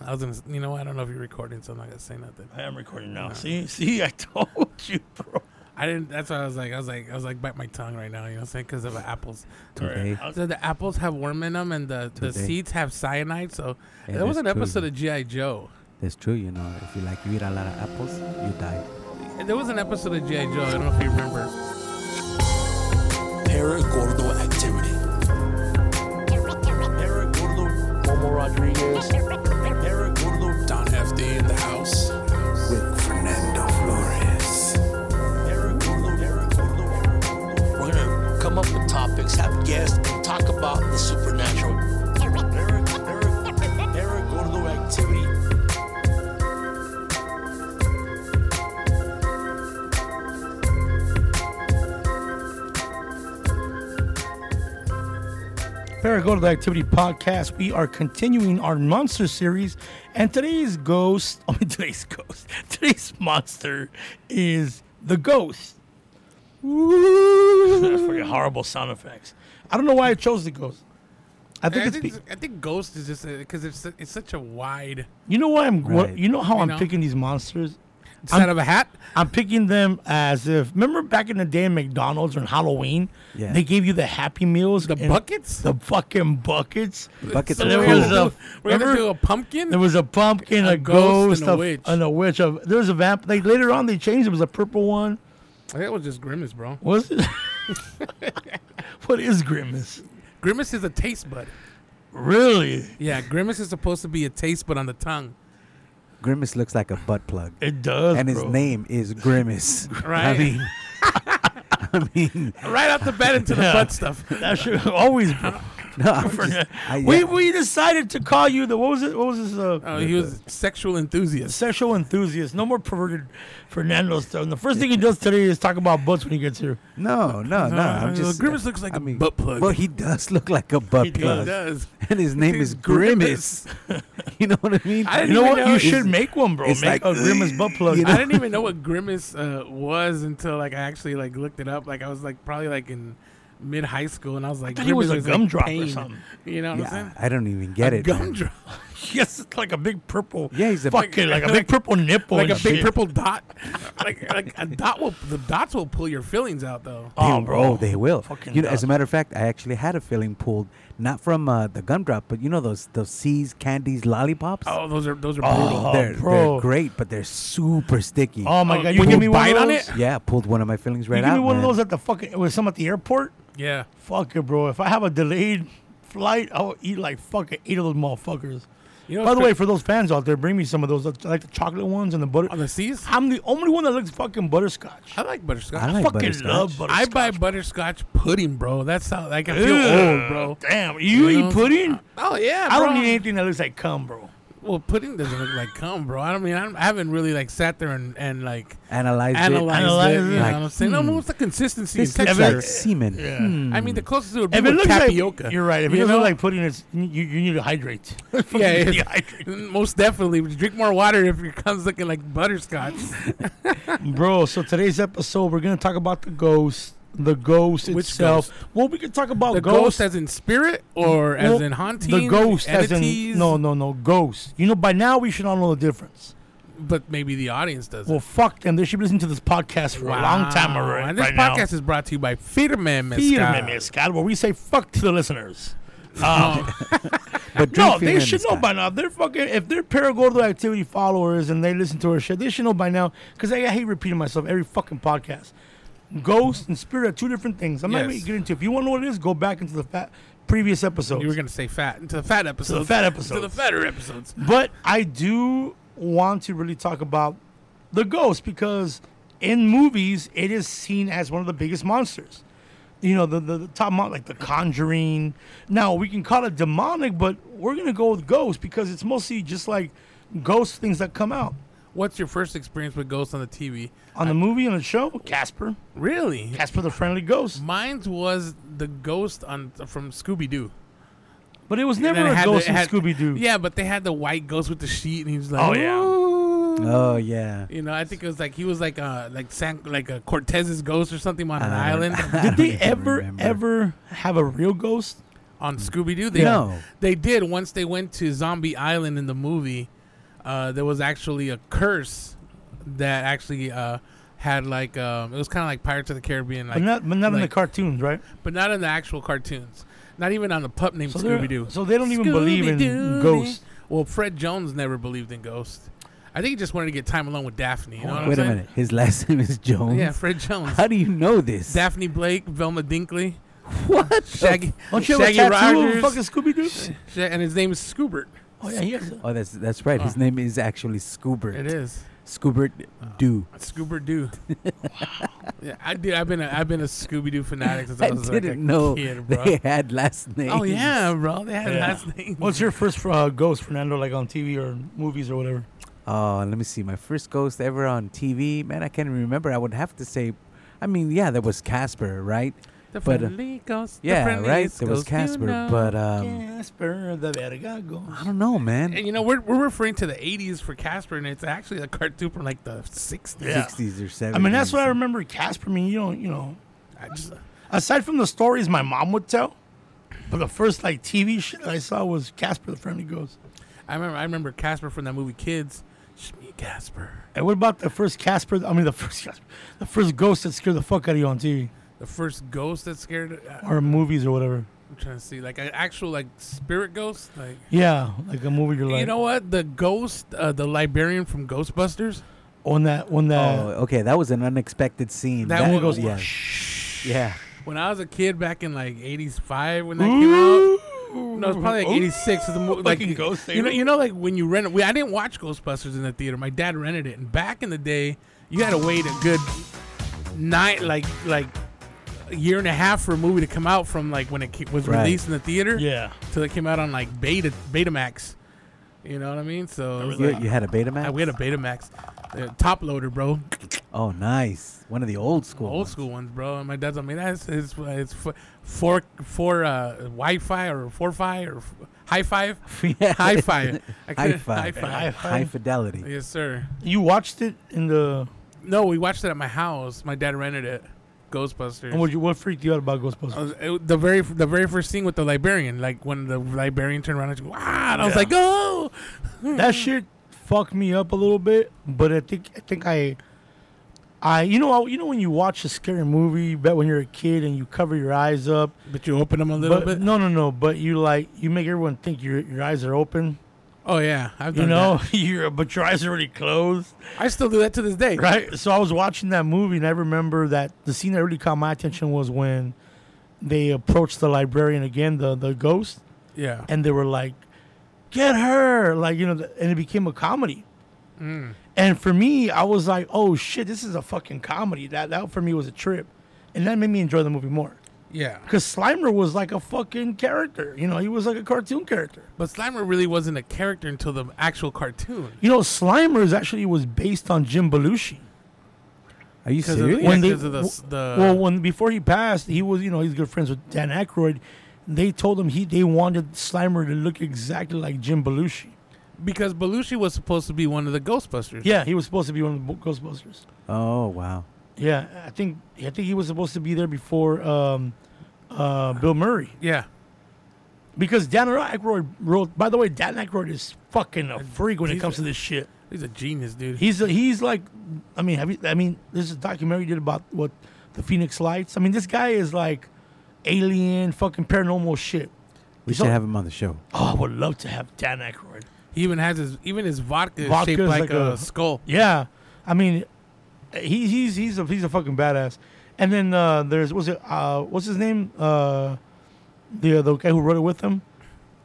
I was gonna, s- you know, I don't know if you're recording, so I'm not gonna say nothing. I am recording now. See, see, I told you, bro. I didn't. That's why I was like, I was like, I was like, bite my tongue right now. You know what I'm saying? Because of the apples. Today. All right, I'll- So the apples have worm in them, and the, the Today. seeds have cyanide. So Hey, there was that's an true. episode of GI Joe. It's true, you know. If you like, you eat a lot of apples, you die. There was an episode of GI Joe. I don't know if you remember. Paragordo activity. Paragordo Momo Rodriguez. Paragordo Don FD in the house. With Fernando Flores. Paragordo, Paragordo. We're gonna come up with topics, have guests, and talk about the supernatural. Parag- parag- Paragordo activity. Paragordo Activity Podcast. We are continuing our monster series, and today's ghost, I mean, today's ghost, today's monster is the ghost. That's freaking horrible sound effects. I don't know why I chose the ghost. I think I it's. think, be- I think Ghost is just because it's su- it's such a wide. you know why I'm. what- Right. you know how I'm know? picking these monsters. It's out of a hat. I'm picking them as if remember back in the day in McDonald's or in Halloween, Yeah. they gave you the Happy Meals, The and buckets? the fucking buckets. Buckets So are there we're, cool. gonna do, we're gonna Remember- do a pumpkin. There was a pumpkin, a, ghost, and a, witch. and a witch. Of there was a vamp. Like later on, they changed. It was a purple one. that was just grimace, bro. Was it? what is grimace? Grimace is a taste bud. Really? Yeah, grimace is supposed to be a taste bud on the tongue, Grimace looks like a butt plug. It does. and his bro. name is Grimace. Right. I mean, I mean, right off the bat into the Yeah. butt stuff. That should always. Bro. no, I'm just, I, We yeah, we decided to call you the what was it? What was this? Uh, Oh, he was a sexual enthusiast. sexual enthusiast. No more perverted Fernando stuff. And the first thing he does today is talk about butts when he gets here. no, no, no. Uh, I'm just Grimace looks like I a mean, butt plug. Well, he does look like a butt He plug, does. and his name He's is Grimace. you know what I mean? I You didn't know even what? You it's- should make one, bro. it's Make like, a grimace butt plug. you I didn't even know what grimace uh, was until like I actually like looked it up. Like I was like probably like in mid high school, and I was like, thought he was grimace is, a like, gumdrop or pain. something. You know what I'm yeah, saying? I don't even get it. man. Gumdrop, Yes, it's like a big purple. Yeah, he's a fuck big- it, like a big purple nipple. like a and big shit. purple dot. like like a dot will the dots will pull your feelings out though. They- Oh, bro, they will. Fucking You know, as nuts. a matter of fact, I actually had a filling pulled, not from uh, the gumdrop, but you know those those C's candies lollipops. Oh, those are those are brutal. Oh, they're, bro. they're great, but they're super sticky. Oh my Oh, god, you when give you me one bite of on those? it? yeah, I pulled one of my fillings right You out. give me one man. of those at the fucking with some at the airport. Yeah. Fuck it, bro. If I have a delayed flight, I will eat like fucking eight of those motherfuckers. You know, By what's the way, cra- for those fans out there, bring me some of those. I like the chocolate ones and the butter. on the seas, I'm the only one that looks fucking butterscotch. I like butterscotch. I like fucking butterscotch. love butterscotch. I buy butterscotch pudding, bro. That's how like I Ew, feel old, bro. Damn, you, You know? eat pudding? Oh yeah, I don't bro. need anything that looks like cum, bro. Well, pudding doesn't look like cum, bro. I don't mean I, don't, I haven't really like sat there and, and like Analyze analyzed, Analyze it. it. hmm. You know Like, what I'm saying? No, what's the it. consistency? and This looks texture? like semen. Yeah. I mean, the closest it would be Hmm. If with it looks tapioca. like you're right, if it You doesn't know? look like pudding, it's you, you need to hydrate. yeah, it's- Dehydrated. Mm, most definitely. Drink more water if your cum's looking like butterscotch. Bro, so today's episode, we're gonna talk about the ghost, the ghost Which itself. Well, we could talk about The ghosts. ghost, as in spirit or as well, in haunting. the ghost as entities, in no, no, no, ghost. You know, by now we should all know the difference. But maybe the audience doesn't. Well, fuck them. They should be listening to this podcast for a long time Wow. already. And this right now. podcast is brought to you by Firme Mezcal. Peter Mescal, where we say fuck to the listeners. Um, But no, drink they semen should know style. by now. They're fucking if they're Paragordo activity followers and they listen to our shit, they should know by now. Because I, I hate repeating myself every fucking podcast. Ghost and spirit are two different things. I'm not even Yes. gonna get into. If you want to know what it is, go back into the fat previous episode. You were gonna say fat to the fat episodes. To fat the episodes. fatter episodes. But I do want to really talk about the ghost because in movies it is seen as one of the biggest monsters. You know, the, the, the top mon- like the conjuring. Now we can call it demonic, but we're gonna go with ghost because it's mostly just like ghost things that come out. What's your first experience with ghosts on the TV? On the movie, on the show, Casper. Really? Casper the friendly ghost. Mine was the ghost on from Scooby Doo. But it was never a ghost in Scooby Doo. Yeah, but they had the white ghost with the sheet, and he was like, Oh yeah. Oh yeah. You know, I think it was like he was like uh like San like a Cortez's ghost or something on Uh, an I don't- island Uh, Did I don't they even ever remember. ever have a real ghost? on Scooby Doo. They No. they did once they went to Zombie Island in the movie. uh, there was actually a curse that actually uh, had like um, it was kind of like Pirates of the Caribbean, like, but not, but not in the like- cartoons, right? but not in the actual cartoons. Not even on the pup named So they're- Scooby Doo. so they don't even believe in Scooby-Doo. ghosts. Well, Fred Jones never believed in ghosts. I think he just wanted to get time alone with Daphne. You know what I'm Wait a saying? minute. His last name is Jones. Yeah, Fred Jones. How do you know this? Daphne Blake, Velma Dinkley, Oh, what? Shaggy, Don't you have Shaggy a tattoo Rogers, of fucking Scooby Doo? Sha- and his name is Scoobert. Oh yeah, he has. Oh, that's that's right. His Uh. Oh. name is actually It Scoobert. is Scoobert Doo. Scoobert Doo. yeah, I did. I've been a, I've been a Scooby Doo fanatic since I, I was didn't like a know kid, bro. they had last names. Oh yeah, bro. They had Yeah. last name. What's your first uh, ghost, Fernando? Like on TV or movies or whatever? Oh, let me see. My first ghost ever on TV. Man, I can't even remember. I would have to say, I mean, yeah, there was Casper, right? The but, uh, friendly ghost. the Yeah, friendly right. There was ghost, you Casper, know. but um, Casper the Verga I Ghost. don't know, And man. you know we're, we're referring to the '80s for Casper, and it's actually a cartoon from like the '60s. Yeah. Sixties or I seventies. mean, that's what I remember. Casper. I mean, you don't, you know. I just, Aside from the stories my mom would tell, but the first like TV shit that I saw was Casper the Friendly Ghost. I remember I remember Casper from that movie Kids. Just me, Casper. And what about the first Casper? I mean, the first Casper, the first ghost that scared the fuck out of you on TV The first ghost that scared. uh, or movies or whatever. I'm trying to see like an actual like spirit ghost. Like Yeah, like a movie you're like you know what the ghost, uh, the librarian from Ghostbusters. on that on that. Oh, okay. That was an unexpected scene. That and one it goes yeah, yeah. When I was a kid back in like '85 when that came out. Mm. Oh. No, it's probably like Ooh. '86. The mo- like Oh, Fucking Ghost You know, Theater. you know, like when you rent. We, I didn't watch Ghostbusters in the theater. My dad rented it, and back in the day, you had to wait a good night, like like a year and a half for a movie to come out from like when it ca- was Right. released in the theater Yeah, till it came out on like Beta Betamax. You know what I mean? So it was You, like, you had a Betamax. I- we had a Betamax, uh, top loader, bro. oh, nice. One of the old school. old ones. school ones, bro. And my dad's like, man, that's his, his f- four, four uh, Wi-Fi or four-fi or f- high five, Yeah. high five, I High couldn't- five. high High fidelity. five. Yes, sir. you watched it in the. No, we watched it at my house. My dad rented it. Ghostbusters. And what you what freaked you out about Ghostbusters? I was- it- the very the very first scene with the Liberian, like when the Liberian turned around and she, wow, and I was Yeah. like, oh, that shit fucked me up a little bit, but I think I think I, I you know I, you know when you watch a scary movie, but when you're a kid and you cover your eyes up, but you open them a little but bit. no no no, but you like you make everyone think your your eyes are open, Oh yeah, I've done you know, you're but your eyes are already closed, that. I still do that to this day. right? So I was watching that movie and I remember that the scene that really caught my attention was when they approached the librarian again, the the ghost, Yeah. and they were like, "Get her!" Like you know, th- and it became a comedy. And for me, I was like, "Oh shit, this is a fucking comedy." That that for me was a trip, and that made me enjoy the movie more. Yeah. Because Slimer was like a fucking character, you know, he was like a cartoon character. But Slimer really wasn't a character until the actual cartoon. You know, Slimer is actually was based on Jim Belushi. Are you Because of, serious? yeah, When they- 'cause of the, s- the well, when before he passed, he was you know he's good friends with Dan Aykroyd. They told him he they wanted Slimer to look exactly like Jim Belushi. because Belushi was supposed to be one of the Ghostbusters. Yeah, he was supposed to be one of the Bo- Ghostbusters. Oh wow. Yeah, I think I think he was supposed to be there before um, uh, Bill Murray yeah. because Dan Aykroyd wrote. By the way, Dan Aykroyd is fucking a freak when it he's comes a- to this shit. He's a genius, dude. He's a, he's like, I mean, have you? I mean, this is a documentary he did about what the Phoenix Lights. I mean, this guy is like alien, fucking paranormal shit. We He's should all- have him on the show. Oh, I would love to have Dan Aykroyd. he even has his even his vodka, is Vodka shaped is like, like a, a- skull. Yeah, I mean, he, he's he's a he's a fucking badass. And then uh, there's what's it uh, what's his name uh, the the guy who wrote it with him,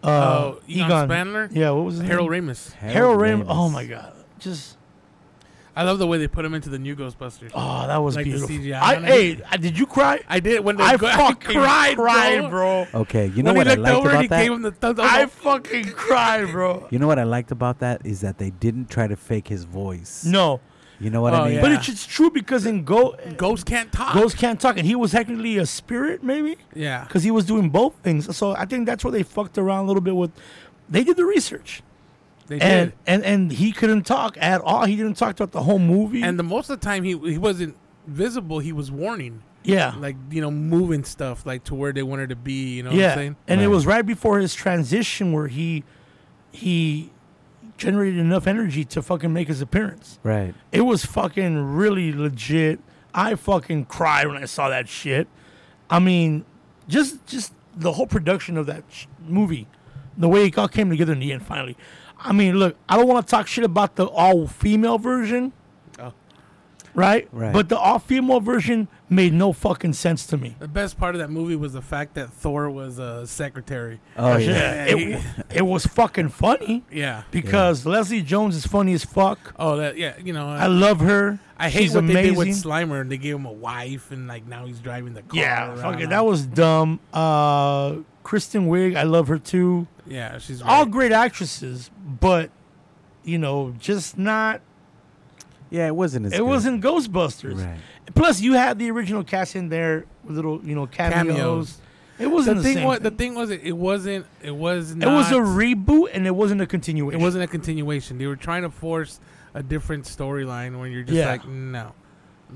uh, Oh, Egon Spandler? Yeah, what was his Harold name? Ramis. Harold Ramis. Ramis. Oh my god, just I love the way they put him into the new Ghostbusters. oh that was Like the beautiful. CGI I, on it? hey, I, did you cry? I did when they I go- fucking cried, bro. bro. Oh. Okay, you know when what he I looked liked over and he about that? gave him the thumbs up. I fucking cried, bro. You know what I liked about that is that they didn't try to fake his voice. No, You know what Oh, I mean? yeah. but it's, it's true because in Go, Ghosts can't talk. Ghost Can't Talk, and he was technically a spirit, maybe. yeah. because he was doing both things. So I think that's where they fucked around a little bit with. They did the research, They and did. and and he couldn't talk at all. He didn't talk throughout the whole movie. And the most of the time he he wasn't visible, he was warning. yeah, Like, you know, moving stuff like to where they wanted to be, you know what I'm yeah, saying? and it Right. was right before his transition where he he generated enough energy to fucking make his appearance. Right. It was fucking really legit. I fucking cried when I saw that shit. I mean, just just the whole production of that sh- movie, the way it all came together in the end. Finally, I mean, look, I don't want to talk shit about the all female version, right? Right. But the all female version made no fucking sense to me. The best part of that movie was the fact that Thor was a secretary. Oh yeah. Yeah, it, it was fucking funny Yeah. because Leslie Jones is funny as fuck. Oh, that yeah. You know, I I, love her. I hate She's what amazing. they did with Slimer, and they gave him a wife, and like now he's driving the car. Yeah, around. fuck it. That was dumb. Uh, Kristen Wiig, I love her too. yeah. She's All great. great actresses, but you know, just not. Yeah, it wasn't as it good. wasn't Ghostbusters. Right. Plus, you had the original cast in there, with little you know cameos. Cameos. It wasn't the the, thing. same Was, the thing. thing was, it, it wasn't. It was. it was a not- reboot, and it wasn't a It continuation. wasn't a continuation. They were trying to force a different storyline when you're just Yeah. like, no.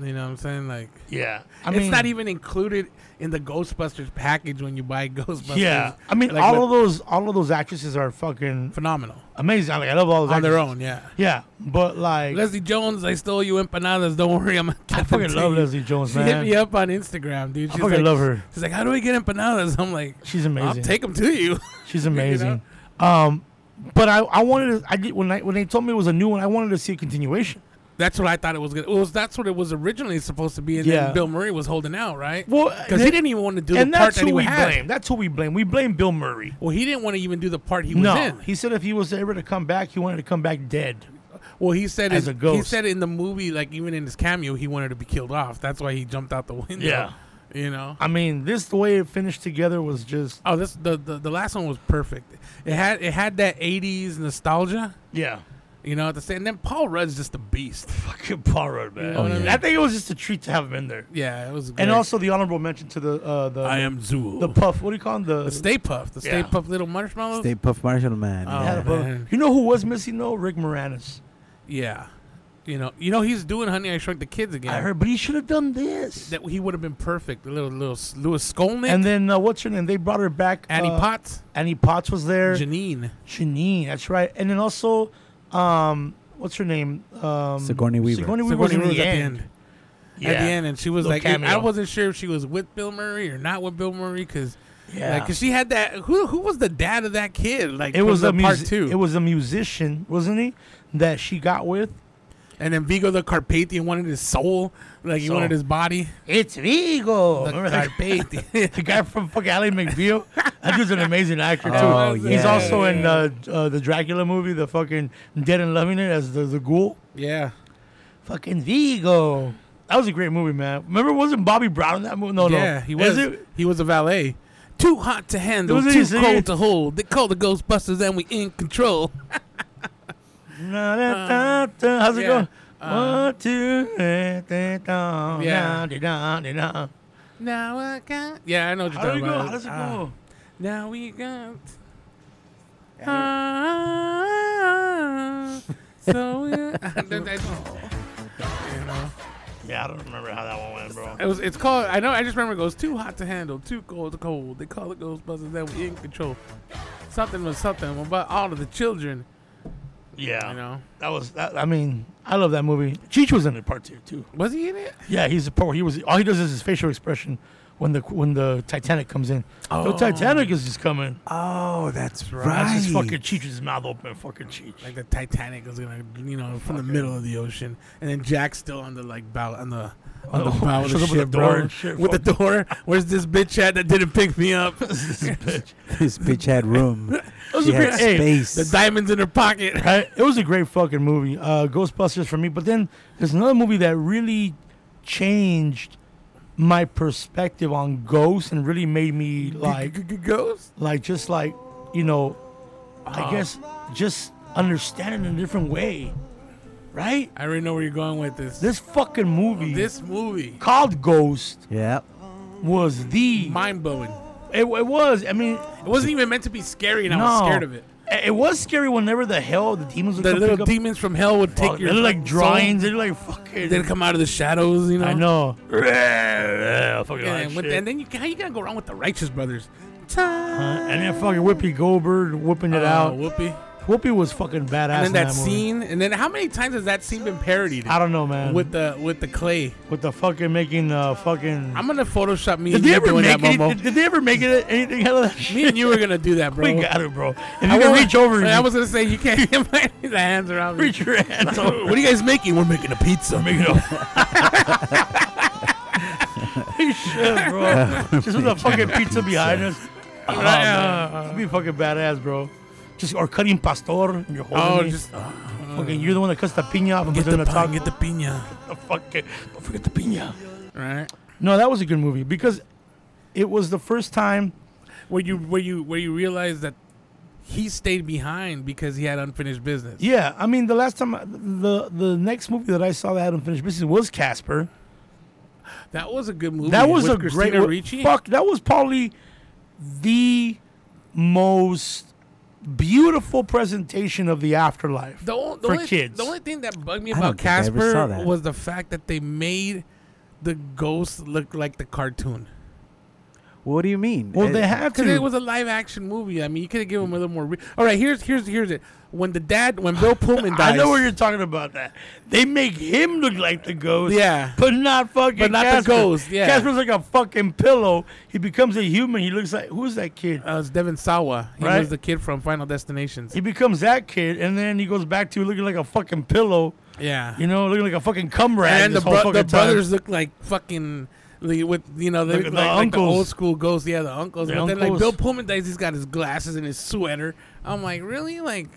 You know what I'm saying? Like, Yeah, it's not even included in the Ghostbusters package when you buy Ghostbusters. Yeah, I mean, Like, all with- of those, all of those actresses are fucking phenomenal amazing. I, like, I love all those on their actresses. own. Yeah. Yeah, but like, Leslie Jones, I stole you empanadas. Don't worry, I'm. I fucking love Leslie Jones, She man. hit me up on Instagram, dude. I She's fucking like, love her. She's like, "How do I get empanadas?" I'm like, She's "I'll amazing. take them to you." She's amazing. Um, but I, I wanted to, I did when I when they told me it was a new one, I wanted to see a continuation. that's what I thought it was gonna. It was that's what it was originally supposed to be, and Yeah. then Bill Murray was holding out, right? Well, because he didn't even want to do and the part that's that who he we had. blame. That's who we blame. We blame Bill Murray. Well, he didn't want to even do the part he was no, in. he said if he was ever to come back, he wanted to come back dead. well, he said As in- a ghost. He said in the movie, like even in his cameo, he wanted to be killed off. That's why he jumped out the window. Yeah. you know. I mean, this the way it finished together was just Oh, this the, the the last one was perfect. It had it had that '80s nostalgia. yeah. You know, at the same, and then Paul Rudd's just a beast. Fucking Paul Rudd, man. Oh, yeah. I think it was just a treat to have him in there. Yeah, it was. Great. And also the honorable mention to the uh, the I am Zool. the puff. What do you call him? The, The Stay Puff, the Stay Yeah. Puff little marshmallow. Stay Puff Marshall Man. Oh, had a yeah. puff. man. You know who was missing though? Rick Moranis. yeah, you know, you know he's doing Honey I Shrunk the Kids again. I heard, but he should have done this. that he would have been perfect. The little little S- Louis Skolnick, And then uh, what's her name? They brought her back. Annie uh, Potts, Annie Potts was there. Janine. Janine, that's right. And then also, um, what's her name? Um, Sigourney Weaver. Sigourney Weaver was Sigourney in Weaver the at the end. end. At the end, and she was Little like, I- I cameo. wasn't sure if she was with Bill Murray or not with Bill Murray because, Yeah. cause she had that. Who who was the dad of that kid? Like it was the a part mus- two. It was a musician, wasn't he? That she got with. and then Vigo the Carpathian wanted his soul, like he Soul. wanted his body. It's Vigo. The Remember that? Carpathian. The guy from fucking Ally McBeal. That dude's an amazing actor too. Oh, He's yeah, also in uh, uh, the Dracula movie, the fucking Dead and Loving It as the, the ghoul. yeah. Fucking Vigo. That was a great movie, man. Remember, wasn't Bobby Brown in that movie? No, no. Yeah, he Is was. it- He was a valet. Too hot to handle, Was he too singing? cold to hold. They call the Ghostbusters and we in control. Na, da, da, da. How's it Uh, yeah. go? Uh, One, two, eh, three, three, down, Yeah. down, de, down, de, down. Now I got. Yeah, I know what you're How do talking we go? about. How does it go? Ah. now we got. Ah, so we. You know, yeah, I don't remember how that one went, bro. it was. It's called. I know. I just remember it goes too hot to handle, too cold to cold. They call it Ghostbusters and we in control. Something was something about all of the children. Yeah, You know. that was. That, I mean, I love that movie. Cheech was in it part two too. Was he in it? Yeah, he's a part. He was. All he does is his facial expression when the when the Titanic comes in. Oh. The Titanic is just coming. Oh, that's right. That's just fucking Cheech's mouth open. Fucking Cheech. like the Titanic was gonna, you know, from the middle of the ocean, and then Jack's still on the like bow on the on the Oh, bow of the ship, shows up with a bro. door and shit, with the door. Where's this bitch at that didn't pick me up? this bitch had room. was she a had great- hey, space. the diamonds in her pocket. I, it was a great fucking movie, uh, Ghostbusters for me. But then there's another movie that really changed my perspective on ghosts and really made me like, ghost. like just like you know, Oh. I guess just understand it in a different way, right? I already know where you're going with this. This, This fucking movie movie, called Ghost yeah. was the mind blowing. it, it was. I mean, It wasn't even meant to be scary, and I no, was scared of it. It it was scary whenever the hell the demons would The come little pick up. demons from hell would take Oh, your they're like soul. drawings. They're like fucking. They'd come out of the shadows, you know. I know. fucking Yeah, hot and, with- shit. and then you, how you gonna go wrong with the Righteous Brothers? Uh, and then fucking Whoopi Goldberg whipping it Uh, out. Whoopi. Whoopi was fucking badass. and then in that movie. scene, and then how many times has that scene been parodied? I don't know, man. With the with the clay, with the fucking making the fucking. I'm gonna Photoshop me did and they you ever doing make that, any, Momo. did, did they ever make it anything out of that? shit? me and you were gonna do that, bro. we got it, bro. If you I can wa- reach over, I and was gonna say you can't get my the hands around me. reach your hands over. What are you guys making? We're making a pizza. Make it up. You should, bro. Just with a fucking pizza behind us. Oh, man. That'd be fucking badass, bro. Just or cutting pastor and you're holding Oh, me. just fucking, you're the one that cuts the pina off and get puts it in the the top. pan, get the piña. the fucking, don't forget the pina. Right? No, that was a good movie because it was the first time. Where you where you where you realize that he stayed behind because he had unfinished business. Yeah, I mean, the last time I- the the next movie that I saw that had unfinished business was Casper. That was a good movie. That was with a Christina great Ricci. Fuck, that was probably the most beautiful presentation of the afterlife. The, o- the for only, kids. The only thing that bugged me I about don't think I ever saw Casper that. was the fact that they made the ghost look like the cartoon. What do you mean? well, Eh, they had Because to. it was a live action movie. I mean, you could have given him a little more. Re- All right, here's here's here's it. When the dad, when Bill Pullman dies, I know what you're talking about. That they make him look like the ghost. Yeah. but not fucking. But not the Casper. ghost, yeah. Casper's like a fucking pillow. He becomes a human. He looks like who's that kid? uh, it's Devin Sawa. He Right. was the kid from Final Destinations. He becomes that kid, and then he goes back to looking like a fucking pillow. Yeah, You know, looking like a fucking cum rag. and the, this whole bro- the fucking time. brothers look like fucking. li- With you know, they Look look at the like, like the uncles. old school ghosts. Yeah, the uncles. The but then like uncles. Bill Pullman dies, he's got his glasses and his sweater. I'm like, really? Like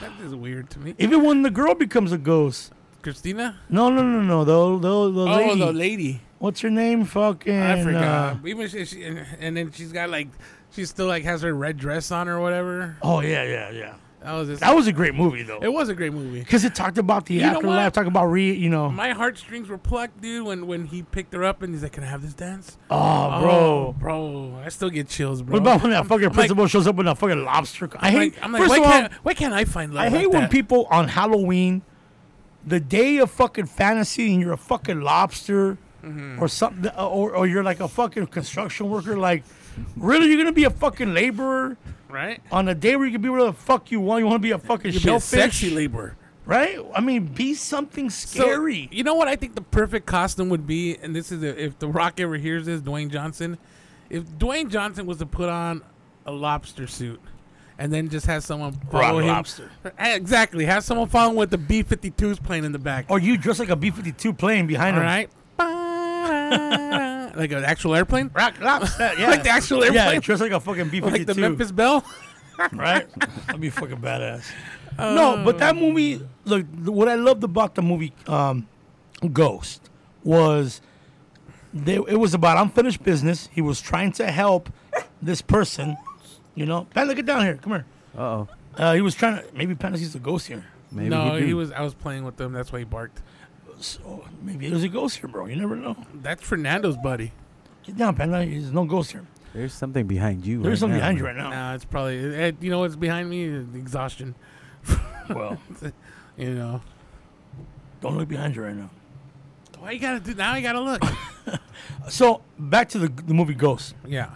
that is weird to me. Even when the girl becomes a ghost. Christina. No, no, no, no. The the, the oh, lady. the lady. What's her name? Fucking. I forgot. uh, Even she, she, and, and then she's got like, she still like has her red dress on or whatever. oh yeah, yeah, yeah. That was just, That was a great movie though, it was a great movie. because it talked about the know afterlife, what? talked about re, you know. My heartstrings were plucked, dude, when when he picked her up and he's like, "Can I have this dance?" oh, bro. Oh, bro, I still get chills, bro. What about when that fucking like- principal shows up with a fucking lobster? co- I I'm hate. like, I'm like, first why of all, can't why can't I find love? I hate like when that? people on Halloween, the day of fucking fantasy, and you're a fucking lobster Mm-hmm. or something, uh, or, or you're like a fucking construction worker. Like, really, you're gonna be a fucking laborer right? on a day where you can be whatever the fuck you want? You want to be a fucking You be a shellfish, sexy labor. right? I mean, be something So, scary. you know what I think the perfect costume would be, and this is a, if The Rock ever hears this, Dwayne Johnson. If Dwayne Johnson was to put on a lobster suit, and then just have someone follow him, Eh, lobster. exactly, have someone follow him with the B-52s playing in the back. or you dress like a B fifty two plane behind All him. right, like an actual airplane, Rock lobster, yeah. like the actual yeah, airplane, dress like a fucking B fifty like two. the Memphis Bell. right? That'd be fucking badass. no, but that movie, look, th- what I loved about the movie um, Ghost was they, it was about unfinished business. He was trying to help this person, you know. Pat, look it down here. Come here. Uh-oh. Uh, he was trying to maybe Pat sees a ghost here. Maybe no, do. he was. I was playing with them. That's why he barked. So maybe there's a ghost here, bro. You never know. That's Fernando's buddy. Get down, Pat. There's no ghost here. There's something behind you. There's right something now. behind you right now. Nah, it's probably. eh, you know what's behind me? Exhaustion. Well, You know. don't look behind you right now. Why you gotta do now? You gotta look. So back to the, the movie Ghost. yeah.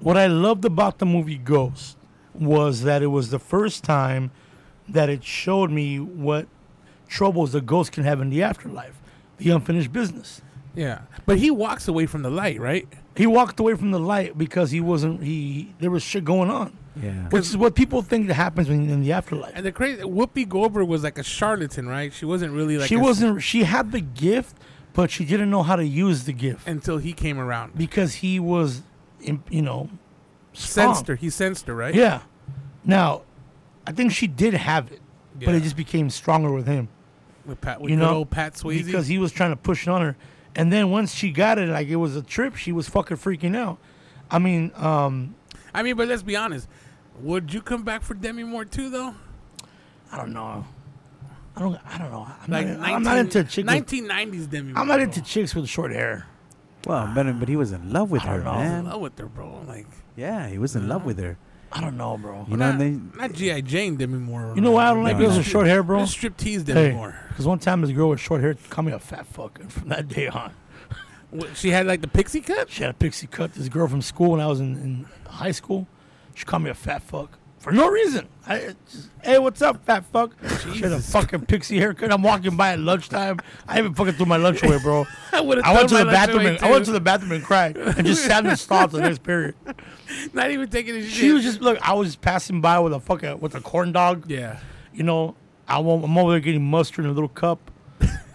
What I loved about the movie Ghost was that it was the first time that it showed me what troubles the ghost can have in the afterlife, the unfinished business. Yeah. But he walks away from the light, right? He walked away from the light because he wasn't he there was shit going on, Yeah. which is what people think that happens when, in the afterlife. And the crazy Whoopi Goldberg was like a charlatan, right? She wasn't really like she a- wasn't she had the gift, but she didn't know how to use the gift until he came around. because he was, in- you know, strong. Sensed her. He sensed her, right? Yeah. Now, I think she did have it, but Yeah. it just became stronger with him. With Pat, with You good know, old Pat Swayze. because he was trying to push it on her. And then once she got it, like it was a trip, she was fucking freaking out. I mean, um, I mean, but let's be honest. Would you come back for Demi Moore too, though? I don't know. I don't. I don't know. I'm, Like not, I'm not into chicks. With, 1990s Demi. Moore, I'm not bro. into chicks with short hair. Well, but, but he was in love with I don't her, know. I was in man. love with her, bro. Like Yeah, he was in love with her. I don't know, bro. You know, not, and then not GI Jane Demi Moore. You know why I don't like No, girls no. with short hair, bro? Striptease Demi Hey, Moore. because one time this girl with short hair called me a fat fuck, and from that day on, What, she had like the pixie cut. she had a pixie cut. This girl from school when I was in, in high school, she called me a fat fuck. for no reason. I, it's just, hey, what's up, fat fuck? She had a fucking pixie haircut. I'm walking by at lunchtime. I even fucking threw my lunch away, bro. I would've I went to thrown the my lunch bathroom. away, And, I went too. to the bathroom and cried, and just sat in the stall till the next period. Not even taking a shit. She was just look. I was just passing by with a fucking with a corn dog. yeah. You know, I won't, I'm over there getting mustard in a little cup.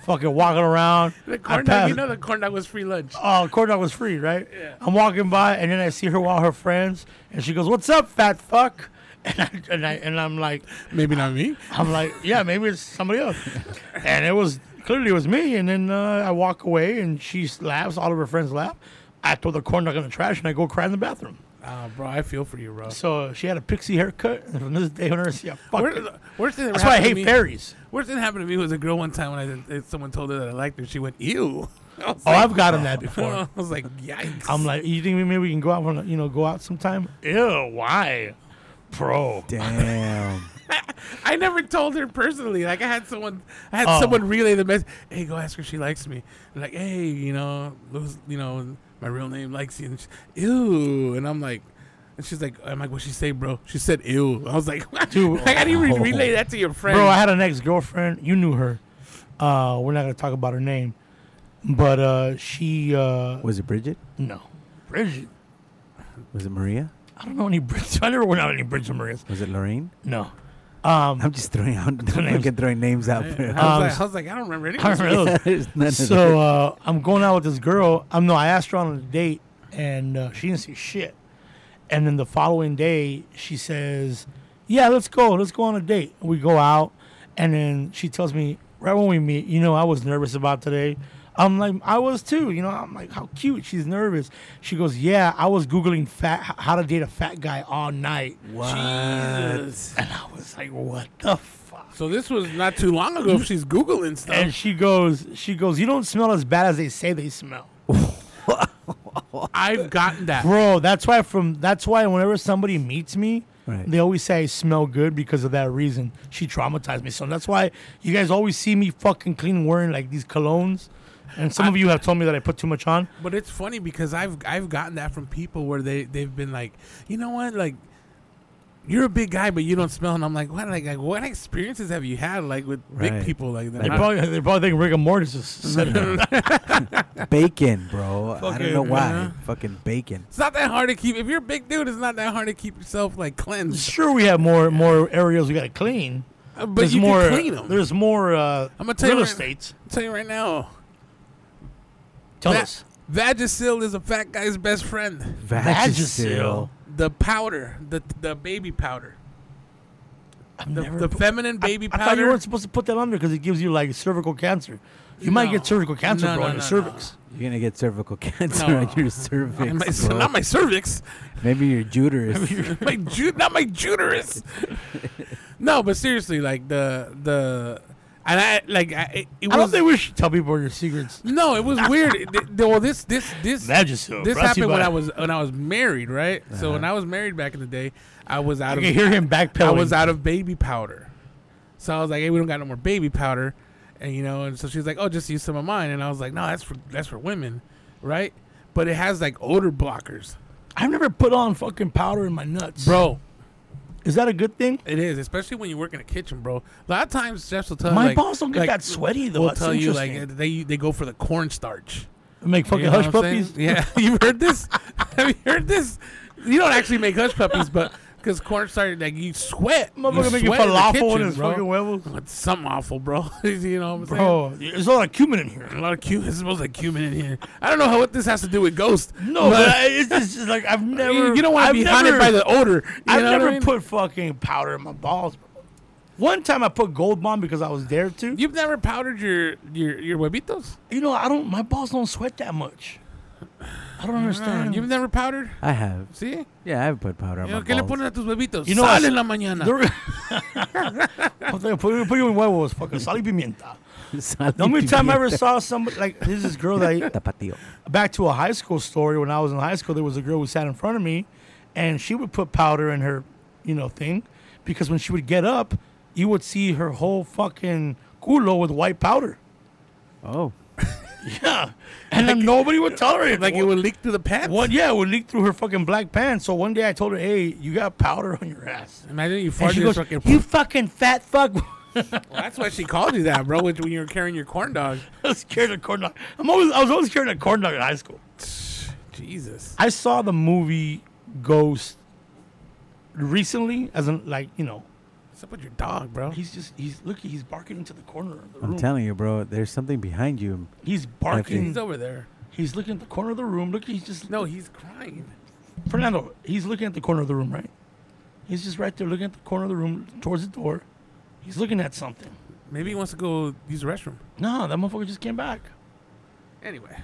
fucking walking around. The I corn dog, passed- you know, the corn dog was free lunch. uh, corn dog was free, right? Yeah. I'm walking by, and then I see her with all her friends, and she goes, "What's up, fat fuck?" And I and, I, and I'm like, Maybe not me. I'm like, yeah, maybe it's somebody else. And it was clearly it was me. And then uh, I walk away, and she laughs. All of her friends laugh. I throw the corn dog in the trash, and I go cry in the bathroom. Ah, bro, I feel for you, bro. So she had a pixie haircut, and from this day on, I see a Wor- fucking. the worst thing that That's why I happened to hate me- fairies. Worst thing that happened to me was a girl one time when I eh, someone told her that I liked her, she went, "Ew." I was Oh, like- I've gotten that before. I was like, "Yikes!" I'm like, you think maybe we can go out, for, you know, go out sometime? Ew, why, bro? Damn. I never told her personally. Like I had someone, I had Oh. someone relay the message. Hey, go ask her if she likes me. And like, hey, you know, Louis, you know, my real name likes you. And she, ew. And I'm like, and she's like, I'm like, what she say, bro? She said ew. I was like, Dude. oh. like, how do you re- relay that to your friend? Bro, I had an ex girlfriend. You knew her. Uh, we're not gonna talk about her name, but uh, she uh, Was it Bridget? no Bridget. Was it Maria? I don't know any Brits. I never went out with any Brits or Marias. Was it Lorraine? No. Um, I'm just throwing out. names. fucking throwing names out. I, was For like, I was like, I don't remember anything. um, I remember those. There's none of so uh, I'm going out with this girl. I'm no, I asked her on a date, and uh, she didn't say shit. And then the following day, she says, "Yeah, let's go. Let's go on a date." We go out, and then she tells me right when we meet, you know, I was nervous about today. I'm like, I was too. You know, I'm like, how cute. She's nervous. She goes, "Yeah, I was googling fat h- how to date a fat guy all night." Jesus. And I was like, "What the fuck?" So this was not too long ago. if She's googling stuff. and she goes, she goes, you don't smell as bad as they say they smell, I've gotten that. bro. That's why from that's why whenever somebody meets me, Right. they always say I smell good because of that reason. She traumatized me, so that's why you guys always see me fucking clean wearing like these colognes, and some of you have told me that I put too much on. But it's funny because I've I've gotten that from people where they they've been like, you know what, like. You're a big guy, but you don't smell, and I'm like, what? Like, like what experiences have you had, like with Right. big people, like that? They probably they probably think Rick and Morty just said it. bacon, bro. I don't know Fucking, why. uh-huh. Fucking bacon. it's not that hard to keep. If you're a big dude, it's not that hard to keep yourself like cleansed. Sure, we have more more areas we gotta clean. Uh, But there's you more, can clean them. There's more. Uh, I'ma tell you real right- estate. I'll tell you right now, Tell Va- us. Vagisil is a fat guy's best friend. Vagisil. The powder, the the baby powder, I've the, never the put- feminine baby I powder. thought you weren't supposed to put that on there because it gives you like cervical cancer. You might No. get cervical cancer, No, bro, no, on your no, cervix. You're gonna get cervical cancer No. on your Not my- cervix. bro. not my cervix. Maybe your uterus. my ju- not my uterus. no, but seriously, like the the and I like I, it, it was I don't think we should tell people your secrets. no, it was weird. It- th- th- well, this this this That just so this brassy happened when butt. I was when I was married, right? So when I was married back in the day, I was out I of Uh-huh. can hear him I backpedaling. was out of baby powder. So I was like, hey, we don't got no more baby powder. And you know, and so she's like, oh, just use some of mine. And I was like, no, that's for that's for women, right? But it has like odor blockers, I've never put on fucking powder in my nuts, bro. Is that a good thing? It is, especially when you work in a kitchen, bro. A lot of times, chefs will tell my you, Uh, like, balls don't get like, that sweaty though. They'll That's tell you like interesting. they they go for the cornstarch. make fucking You know hush what I'm saying? puppies. Yeah, you've heard this. Have you heard this? You don't actually make hush puppies, but because cornstarch, like you sweat, you Motherfucker making sweat in the falafel kitchen, in his bro. fucking Oh, huevos. It's something awful, bro. you know what I'm saying? Bro, there's a lot of cumin in here. A lot of cumin. It smells like cumin in here. I don't know how what this has to do with ghost. No, but I- it's just it's like I've never. you, you don't want to I've be haunted never- by the odor. You I've know never what I mean? put fucking powder in my balls. Bro. One time I put gold bomb because I was there to. You've never powdered your your your huevitos. You know, I don't. My balls don't sweat that much. I don't understand. You've never powdered. I have. See? Yeah, I've put powder on my Yo, ¿Qué le balls. ponen a tus huevitos? You know, Sal I- en la mañana. They're- I'm like, put, put you in huevos, fucking sal y pimienta. Sal The y only time I ever pimienta. saw somebody like there's this girl that Tapatio. I, back to a high school story. When I was in high school, there was a girl who sat in front of me, and she would put powder in her, you know, thing, because when she would get up, you would see her whole fucking culo with white powder. Oh, Yeah, and then nobody would tolerate it. Like it would leak through the pants. One, yeah, it would leak through her fucking black pants. So one day I told her, "Hey, you got powder on your ass." Imagine you And farted she in goes, fucking. "You fucking fat fuck." Well, that's why she called you that, bro. When you were carrying your corn dog. I was scared of corn dog. I'm always I was always scared of corn dog in high school. Jesus. I saw the movie Ghost recently, as in like you know, What's up with your dog, bro? he's just he's look he's barking into the corner of the I'm room. telling you, bro. There's something behind you. he's Hefty. barking. He's over there. He's looking at the corner of the room. Look, he's just No, he's crying. Fernando, he's looking at the corner of the room, right? He's just right there looking at the corner of the room towards the door. He's looking at something. Maybe he wants to go use the restroom. No, that motherfucker just came back. Anyway,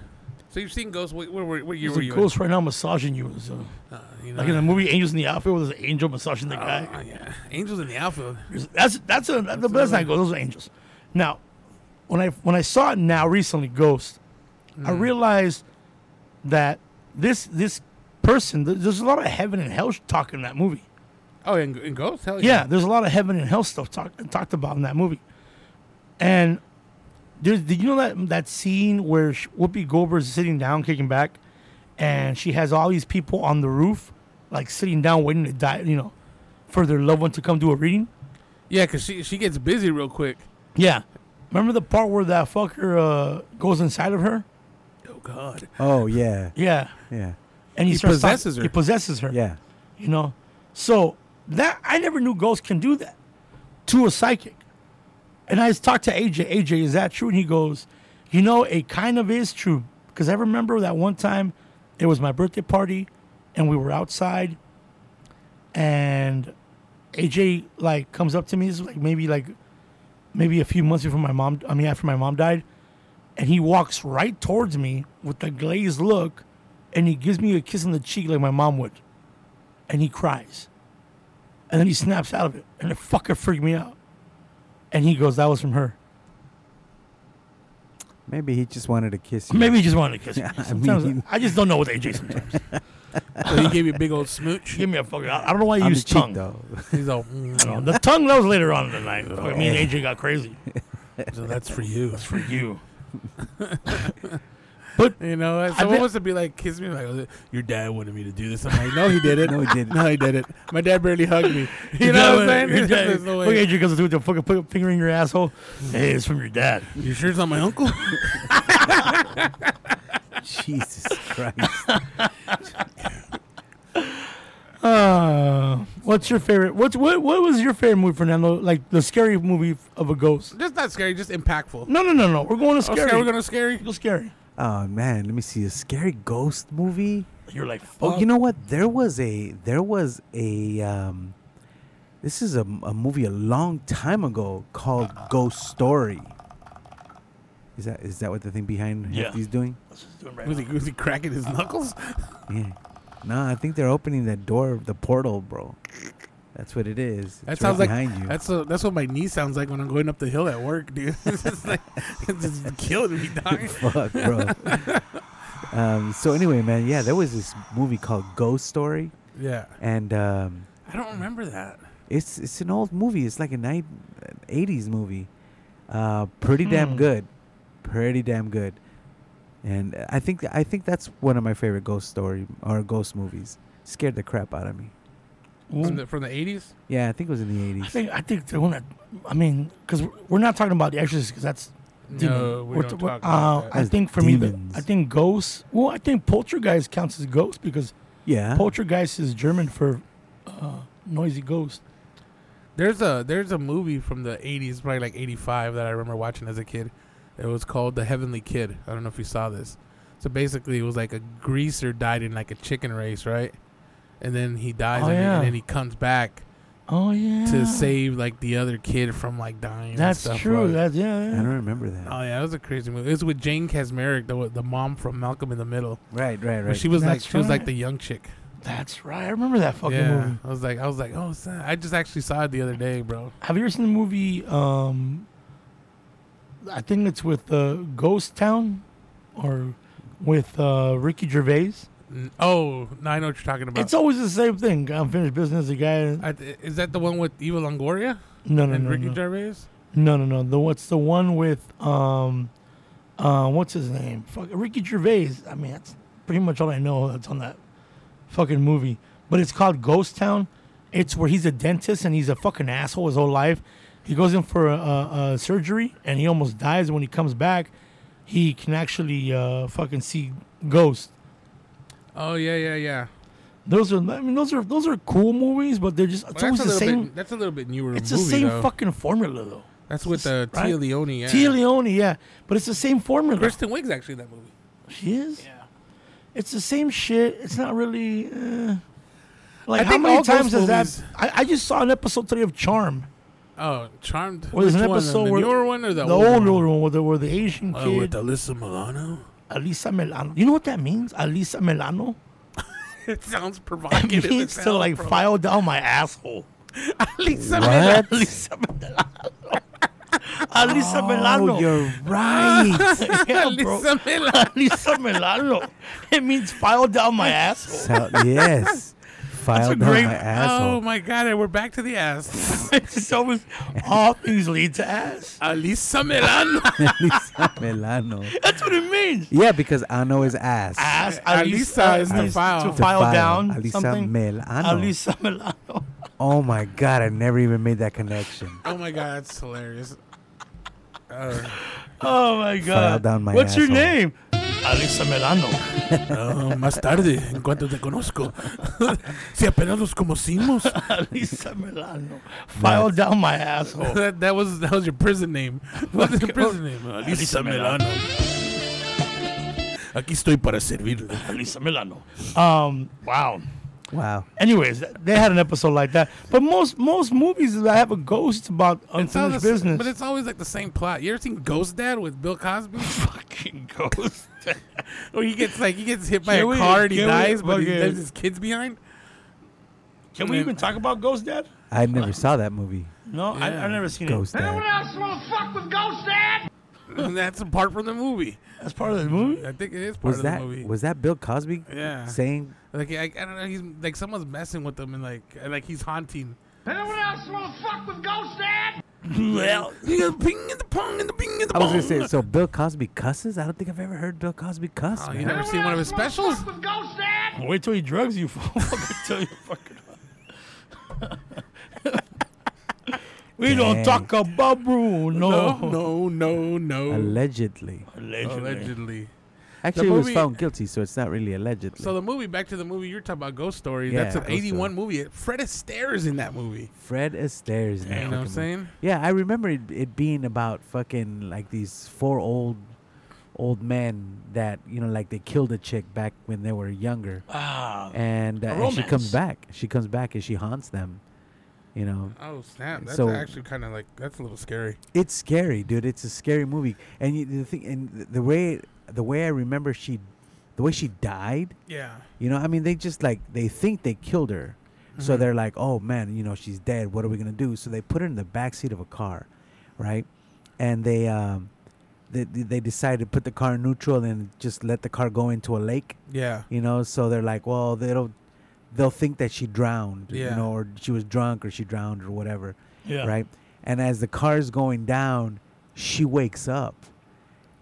so you've seen Ghost. Where, where, where, what year He's were a you? ghost right now massaging you. So. in? Uh, you know, Like in the movie Angels in the Outfield, where there's an angel massaging the guy. uh, yeah. Angels in the outfield. That's that's a that's the best I go. Those are angels. Now, when I when I saw it now recently, Ghost, I realized that this this person th- there's a lot of heaven and hell sh- talk in that movie. Oh, and, and Ghost. Hell Yeah, there's a lot of heaven and hell stuff talk, talked about in that movie. And there's did you know that that scene where sh- Whoopi Goldberg's sitting down, kicking back, and she has all these people on the roof, like sitting down, waiting to die, you know, for their loved one to come do a reading. Yeah, because she she gets busy real quick. Yeah. Remember the part where that fucker uh, goes inside of her? Oh God. Oh yeah, Yeah. yeah, And he, He starts talk- possesses her. He possesses her. yeah. You know? So that I never knew ghosts can do that to a psychic. And I just talked to AJ. AJ, is that true? And he goes, You know, it kind of is true. Because I remember that one time it was my birthday party and we were outside and AJ like comes up to me, this is like maybe like maybe a few months before my mom I mean after my mom died, and he walks right towards me with a glazed look and he gives me a kiss on the cheek like my mom would. And he cries. And then he snaps out of it. And it fucking freaked me out. And he goes, That was from her. Maybe he just wanted to kiss you. Maybe he just wanted to kiss me. Yeah, I Sometimes I, mean- I just don't know with AJ sometimes. So he gave you a big old smooch. Give me a fucking I don't know why you on the use cheek tongue. though. He's all. I Mm, don't know. The tongue that was later on in the night. I mean AJ got crazy. so that's Oh, for you. For you. You know, I someone bet- wants to be like, kiss me. Like, your dad wanted me to do this. I'm like, no, he did it. No, he didn't. No, he did it. My dad barely hugged me. You know what I'm saying? Your dad, There's no way. look at you because with your fucking pu- finger in your asshole. Hey, it's from your dad. You sure it's not my uncle? Jesus Christ. Uh, what's your favorite? What's what? What was your favorite movie, Fernando? Like the scary movie of a ghost? That's not scary, just impactful. No, no, no, no. We're going to Oh, scary. Mm, scary. We're gonna scary. go scary. Oh man, let me see a scary ghost movie. You're like, Oh, you know what? There was a there was a um, this is a, a movie a long time ago called Uh-huh. Ghost Story. Is that is that what the thing behind Yeah. Hefty's doing? Was he, was he cracking his knuckles? Yeah. No, I think they're opening that door, the portal, bro. That's what it is. That It's sounds right like behind you. that's a, that's what my knee sounds like when I'm going up the hill at work, dude. it's just like it's just killing me, dying. Fuck, bro. um, so anyway, man, yeah, there was this movie called Ghost Story, Yeah, and um, I don't remember that. it's it's an old movie. It's like a night, '80s movie. Uh, pretty Hmm. damn good, pretty damn good. And I think I think that's one of my favorite ghost story or ghost movies. Scared the crap out of me. From the, from the 80s. Yeah, I think it was in the I '80s. think I think the one that I mean, because we're not talking about the Exorcist, because that's demon. No, we We're don't t- talk we're- uh, about that. I That's think for me, the, demons. I think ghosts. Well, I think poltergeist counts as ghost because Yeah. poltergeist is German for uh, noisy ghost. There's a there's a movie from the 80s, probably like 85, that I remember watching as a kid. It was called The Heavenly Kid. I don't know if you saw this. So basically, it was like a greaser died in like a chicken race, right? And then he dies, Oh, and, yeah. and then he comes back Oh yeah, to save like the other kid from like dying. and That's stuff, true. bro. That's yeah. I yeah. don't remember that. Uh, Oh yeah, that was a crazy movie. It was with Jane Kasmerick, the the mom from Malcolm in the Middle. Right, right, But right. She was like That's she was like right. the young chick. That's right. I remember that fucking yeah, movie. I was like I was like oh, son. I just actually saw it the other day, bro. Have you ever seen the movie? Um, I think it's with uh, Ghost Town, or with uh, Ricky Gervais. N- Oh, no, I know what you're talking about. It's always the same thing. Unfinished business. The guy. I th- is that the one with Eva Longoria no, no, and no, Ricky no. Gervais? no, no, no. The what's the one with um, uh, what's his name? Fuck, Ricky Gervais. I mean, that's pretty much all I know that's on that fucking movie. But it's called Ghost Town. It's where he's a dentist and he's a fucking asshole his whole life. He goes in for a, a, a surgery and he almost dies. When he comes back, he can actually uh, fucking see ghosts. Oh yeah, yeah, yeah. Those are I mean those are those are cool movies, but they're just it's Well, always that's a the little same. bit. That's a little bit newer. It's the movie, same though. fucking formula though. That's with uh, right? Tia Leone. Yeah. Tia Leone, yeah, but it's the same formula. Kristen Wiig's actually in that movie. She is. Yeah. It's the same shit. It's not really. Uh, like I how think many all those times has that? movies- I, I just saw an episode today of Charm. Oh, Charmed. Well, there's Which an one? episode the where newer one or the, the older one? older one, where the where the Asian Oh, with kid Alyssa Milano. Alisa Milano. You know what that means? Alisa Milano. it sounds It provocative. means to like file down my asshole. Alyssa What? Alisa Milano. Alisa Milano. Oh, you're right. yeah, bro. Alyssa Milano. Alisa Milano. It means file down my asshole. so, yes. Filed down great- my Oh asshole. my God! and We're back to the ass. it's always all things lead to ass. Alyssa Milano. Lisa Milano. That's what it means. Yeah, because ano is ass. Ass. Alisa is to means file. To To file, file. down Alisa something. Milano. Alisa Milano. Oh my god, I never even made that connection. oh my God! That's hilarious. Uh, Oh my god. down my What's your asshole. name? Alisa Milano. oh, más tarde, en cuanto te conozco, si apenas nos conocimos. Alisa Milano. File down my asshole. that, that was that was your prison name. What was your prison name? Alisa Milano. Aquí estoy para servirle. Alisa Milano. Um. Wow. Wow. Anyways, they had an episode like that. But most most movies that have a ghost about It's all the unfinished s- business. But it's always like the same plot. You ever seen Ghost Dad with Bill Cosby? fucking ghost. Where Oh, he gets like he gets hit by Can a we- car and he can we- dies, but he okay. leaves his kids behind. Can we even talk about Ghost Dad? I never saw that movie. No, I, I've never seen it. Ghost Dad. else wanna fuck with Ghost Dad? And that's a part from the movie. That's part of the movie. I think it is part Was of that the movie. was that Bill Cosby Yeah. saying like I, I don't know. He's like someone's messing with him and like and, like he's haunting. Anyone else wanna fuck with Ghost Dad? Well, Yeah, ping in the pong and the ping in the I was pong. gonna say so Bill Cosby cusses? I don't think I've ever heard Bill Cosby cuss. Oh, you man. never Anyone seen one of his else wanna specials? Fuck with Ghost Dad? wait till he drugs you. fool. Fucking till you fucking. we don't Dang. talk about Bruno. No, no, no, no. Allegedly. Allegedly. Allegedly. Actually he was movie- found guilty, so it's not really allegedly. So the movie, back to the movie you're talking about, Ghost Story. Yeah, that's an Ghost '81 movie. Fred Astaire is in that movie. Fred Astaire's in that You know what I'm fucking movie. saying? Yeah, I remember it, it being about fucking like these four old old men that, you know, like they killed a chick back when they were younger. Wow. and, uh, A and she romance. comes back. She comes back and she haunts them. You know, Oh snap! That's So- actually kind of like that's a little scary. it's scary, dude. It's a scary movie. And you, the thing, and th- the way the way I remember she, the way she died. Yeah. You know, I mean, they just like they think they killed her, Mm-hmm. so they're like, oh man, you know, she's dead. What are we gonna do? So they put her in the back seat of a car, right? And they um, they they they decide to put the car in neutral and just let the car go into a lake. Yeah. you know so they're like well they don't they'll think that she drowned Yeah. you know or she was drunk or she drowned or whatever Yeah. right and as the car's going down she wakes up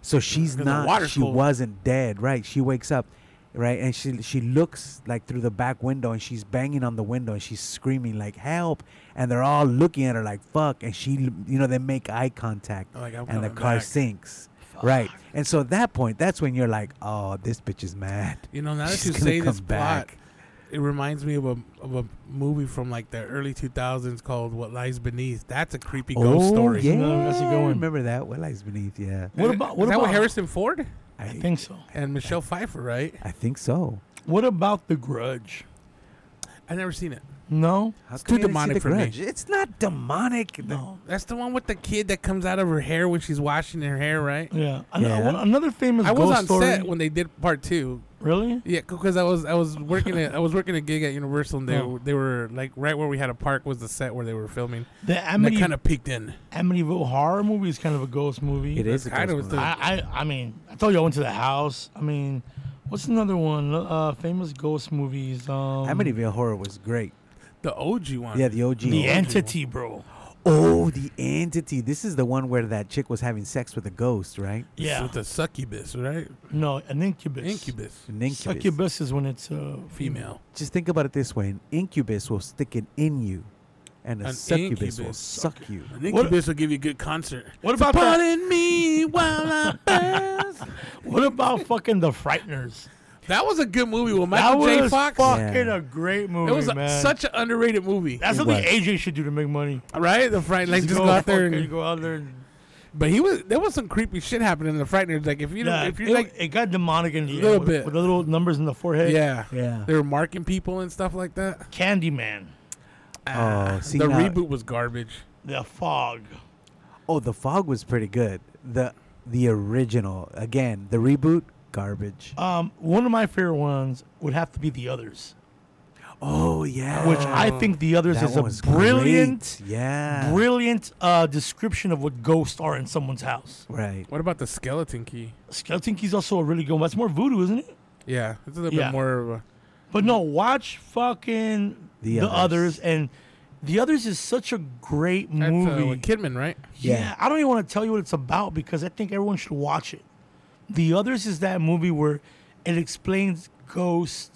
so she's Because the not water's she cold. wasn't dead right she wakes up right and she she looks like through the back window and she's banging on the window and she's screaming like help and they're all looking at her like fuck and she you know they make eye contact Like, I'm and the coming car back. sinks right and so at that point that's when you're like oh this bitch is mad You know, now that She's you gonna say this come plot, back. it reminds me of a of a movie from like the early 2000s called What Lies Beneath. That's a creepy ghost story. Oh, Yeah, No, that's a good one. I remember that. What lies beneath? Yeah, What about what is that about with Harrison Ford I, I think so. and Michelle Pfeiffer? Right. I think so. What about The Grudge? I've never seen it. No. How too come you didn't see demonic The for me. Grudge? It's not demonic. The- No. That's the one with the kid that comes out of her hair when she's washing her hair, right? Yeah. An- Yeah. one- Another famous I was ghost on story. set when they did part two. Really? Yeah, because I was I was working at I was working a gig at Universal and they Oh. were they were like right where we had a park was the set where they were filming. The And they Amity, kind of peeked in. Amityville horror movie is kind of a ghost movie. It is a kind ghost of was movie. the- I, I I mean, I told you I went to the house. I mean, what's another one? Uh, famous ghost movies. Um, Amityville Horror was great. The OG one. Yeah, uh, the OG. The Entity, bro. Oh, the entity. This is the one where that chick was having sex with a ghost, right? Yeah. With a succubus, right? No, an incubus. Incubus. An incubus. Succubus is when it's uh, Female. Just think about it this way: an incubus will stick it in you, and a An succubus will incubus. suck you. An incubus will give you a good concert. What about that? Pardon me while I pass. What about fucking the Frighteners? That was a good movie with that Michael J. was Fox. fucking Yeah. a great movie, It was a, man. such an underrated movie, That's It something was. AJ should do to make money. right? The fright, like just go out there fucking and. go out there. And, But he was there was some creepy shit happening in the Frighteners. Like if you don't, yeah, if if you it, like, it got demonic in the Little end with, bit. with the little numbers in the forehead. yeah, Yeah. they were marking people and stuff like that. Candyman, Oh, see the now- reboot was garbage. the fog. Oh, the fog was pretty good. The the original again. The reboot garbage. Um, one of my favorite ones would have to be the others, Oh yeah. which I think the others that is one a was brilliant, great. Yeah. brilliant uh, description of what ghosts are in someone's house. right. What about the skeleton key? Skeleton Key's also a really good one. That's more voodoo, isn't it? Yeah, it's a little Yeah. bit more of a. But no, watch fucking the, The others. Others. and the others is such a great That's movie. uh, with Kidman, right? yeah. Yeah. I don't even want to tell you what it's about because I think everyone should watch it. The others is that movie where it explains ghosts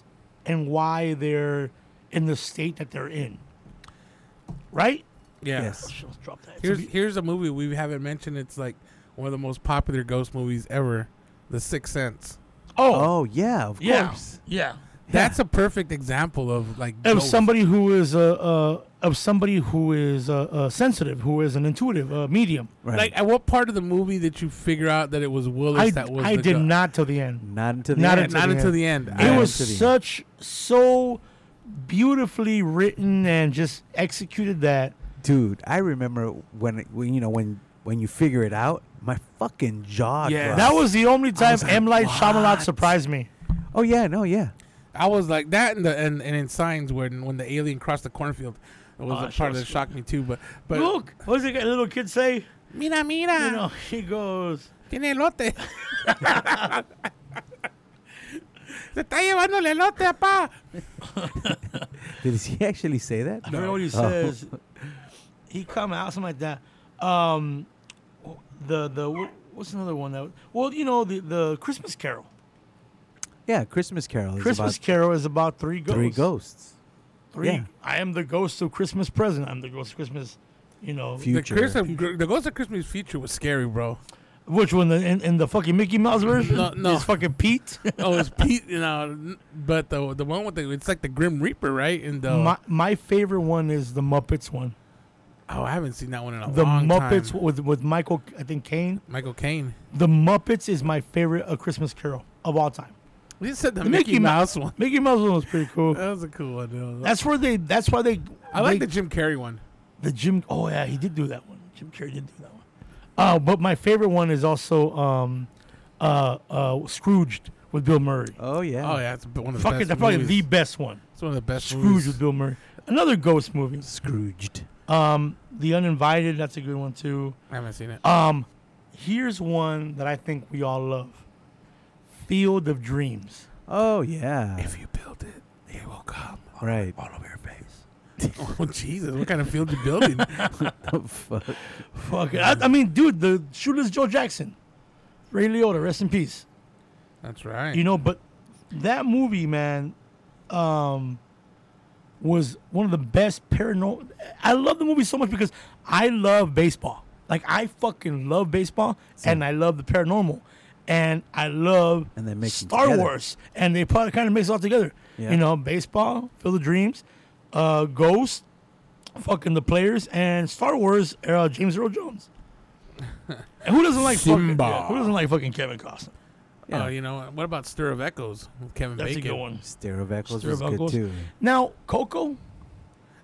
and why they're in the state that they're in. Right? Yeah. Yes. Shit, Let's drop that. Here's here's a movie we haven't mentioned. It's like one of the most popular ghost movies ever, The Sixth Sense. oh, Oh yeah. Of yeah, course. yeah. That's a perfect example of like Of ghosts. somebody who is uh, uh of somebody who is uh, uh sensitive, who is an intuitive, uh, medium. Right. Like, at what part of the movie did you figure out that it was Willis I, that was I the did go- not till the end. not until the Not end. until Not the until end. the end. It I- was Anthony. such so beautifully written and just executed that. dude. I remember when, it, when you know when when you figure it out, my fucking jaw. Yeah. dropped. That was the only time was like, M Light "What?" Shyamalan surprised me. Oh yeah. No. Yeah. I was like that, and the and, and in signs when when the alien crossed the cornfield, it was Oh, a that shit part was that cool. shocked me too. But but Ah. Look, what does the little kid say? mira mira, You know, he goes, tiene elote. Se está llevando el elote, pa. Did he actually say that? I don't know what he Oh. says. He come out something like that. Um, the the wh- what's another one that? Well, you know the the Christmas Carol. Yeah. Christmas Carol. Is Christmas about Carol is about three ghosts. Three ghosts. Three. yeah. I am the ghost of Christmas present. I'm the ghost of Christmas. You know, The, Future. Christmas, the Ghost of Christmas Future was scary, bro. Which one? The, in, in the fucking Mickey Mouse version? No, no. It's fucking Pete. Oh, it's Pete, you know. n- But the the one with the it's like the Grim Reaper, right? And the My, my favorite one is the Muppets one. oh, I haven't seen that one in a The long Muppets time. with with Michael, I think Caine. Michael Caine. The Muppets is my favorite A Christmas Carol of all time. We said the, The Mickey, Mickey Mou- Mouse one. Mickey Mouse one was pretty cool. That was a cool one. though. That's where they. That's why they. I like they- the Jim Carrey one. the Jim. Oh yeah, he did do that one. Jim Carrey did do that one. Uh, but my favorite one is also um, uh, uh, Scrooged with Bill Murray. Oh yeah. Oh yeah, it's one of the Fucking, best. that's probably the movies. best one. It's one of the best. Scrooge with movies. Bill Murray. Another ghost movie. Scrooged. Um, The Uninvited, that's a good one too. I haven't seen it. Um, here's one that I think we all love. Field of Dreams. Oh yeah. if you build it, it will come Right. all over your face. oh Jesus! What kind of field you building? Oh, fuck. Fuck it. I, I mean, dude, the shooter's Joe Jackson. Ray Liotta, rest in peace. That's right. You know, but that movie, man, um, was one of the best paranormal. I love the movie so much because I love baseball. Like I fucking love baseball, and I love the paranormal, and I love And they mix 'em Star together. Wars, and they probably kind of mix it all together. Yeah. You know, baseball, Field of Dreams, uh, Ghost, fucking the players, and Star Wars, uh, James Earl Jones. And who doesn't like Simba. Fucking, yeah, who doesn't like fucking Kevin Costner? Yeah. Oh, you know what? What about Stir of Echoes with Kevin That's Bacon? a good one. Stereovecals was Stereovecals. good too. Now, Coco,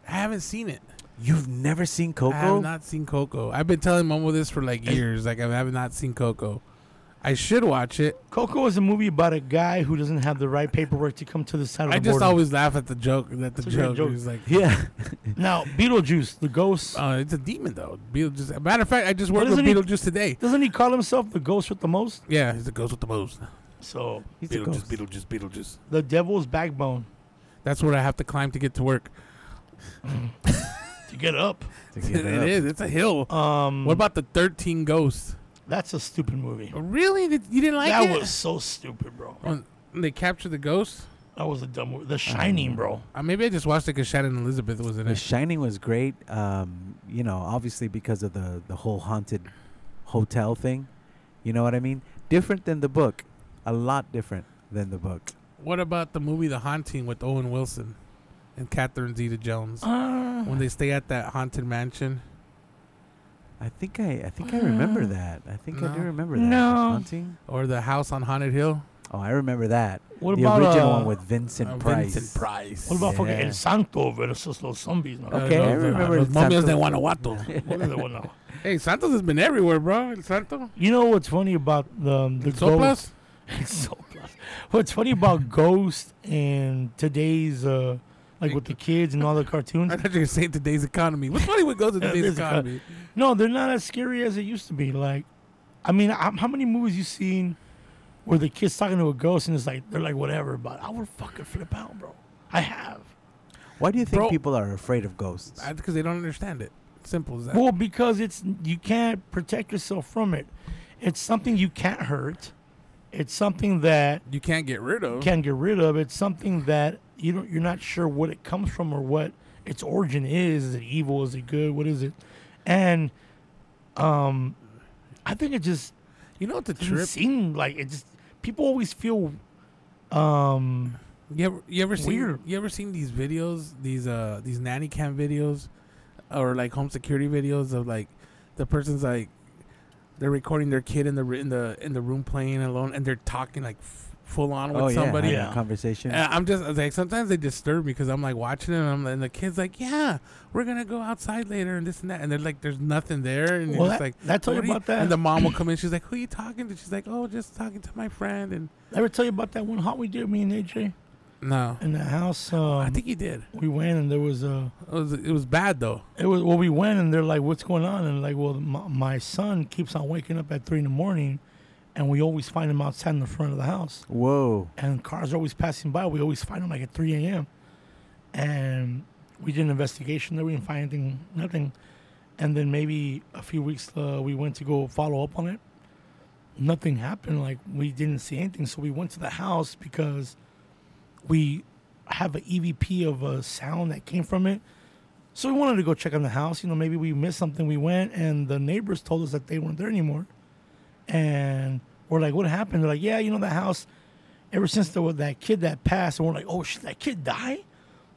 I haven't seen it. You've never seen I have Coco? not seen Coco. I've been telling Momo this for like years. Like I have not seen Coco. I should watch it. Coco is a movie about a guy who doesn't have the right paperwork to come to the side of the I just border. always laugh at the joke. At the a great joke, joke. It's like, Yeah. now Beetlejuice, the ghost. uh, it's a demon though. Beetlejuice. Matter of fact, I just worked with isn't he- Beetlejuice today. doesn't he call himself the ghost with the most? Yeah, he's the ghost with the most. So He's a Beetlejuice, ghost. Beetlejuice, Beetlejuice. the devil's backbone. That's what I have to climb to get to work. to get up. to it get up. is. It's a hill. Um, what about the thirteen ghosts? That's a stupid movie. Really? Did- You didn't like that it? Uh. was so stupid, bro. When they captured the ghosts. That was a dumb movie. The Shining, bro. Uh, maybe I just watched it because Shannon Elizabeth was in The it. Shining was great. Um, you know, obviously because of the the whole haunted hotel thing. You know what I mean? Different than the book, a lot different than the book. What about the movie The Haunting with Owen Wilson and Catherine Zeta-Jones Uh, when they stay at that haunted mansion? I think I I think I remember Uh, that. I think I do no. remember that. The No. Haunting. Or the house on Haunted Hill? Oh, I remember that. What the about original uh, one with Vincent Uh, Price? Vincent Price. Uh, What about fucking Yeah. El Santo versus Los Zombies? man? Okay, I remember Los the momios Santos. de Guanajuato. What is that one now? hey, Santos has been everywhere, bro. El Santo. You know what's funny about the um, the ghost? Soplas? so plus. What's funny about Ghost and today's uh like with the kids and all the cartoons? I thought you were going to say today's economy. What's funny with goes in Yeah, today's this economy. economy? No, they're not as scary as it used to be. Like, I mean, i how many movies you seen where the kids talking to a ghost and it's like they're like whatever, but I would fucking flip out, bro. I have. Why do you think Bro- people are afraid of ghosts? Because they don't understand it. Simple as that. Well, because it's you can't protect yourself from it. It's something you can't hurt. It's something that you can't get rid of. can get rid of. It's something that you don't, you're not sure what it comes from or what its origin is. Is it evil? Is it good? What is it? And um, I think it just you know what the didn't trip? seem like it. Just people always feel um, You ever you ever seen Weird. you ever seen these videos these uh these nanny cam videos or like home security videos of like the person's like they're recording their kid in the r- in the in the room playing alone and they're talking like f- full on with oh somebody. yeah, Yeah. having a conversation. And I'm just like sometimes they disturb me because I'm like watching it and, I'm, and the kid's like yeah we're gonna go outside later and this and that and they're like there's nothing there and Well, you're just that- like that told you "What are you-" about that? and the mom will come in she's like who are you talking to she's like oh just talking to my friend and ever tell you about that one haunt we did me and AJ no in the house? Um, I think he did we went and there was a it was it was bad though. it was well we went and they're like what's going on and like well my, my son keeps on waking up at three in the morning, and we always find him outside in the front of the house. Whoa. and cars are always passing by. We always find them like at 3 a.m. And we did an investigation there. We didn't find anything, nothing. And then maybe a few weeks uh, we went to go follow up on it. Nothing happened. Like we didn't see anything. So we went to the house because we have an EVP of a sound that came from it. So we wanted to go check on the house. You know, maybe we missed something. We went and the neighbors told us that they weren't there anymore. And we're like, what happened? They're like, yeah, you know, the house ever since there was that kid that passed, and we're like, oh shit, that kid died?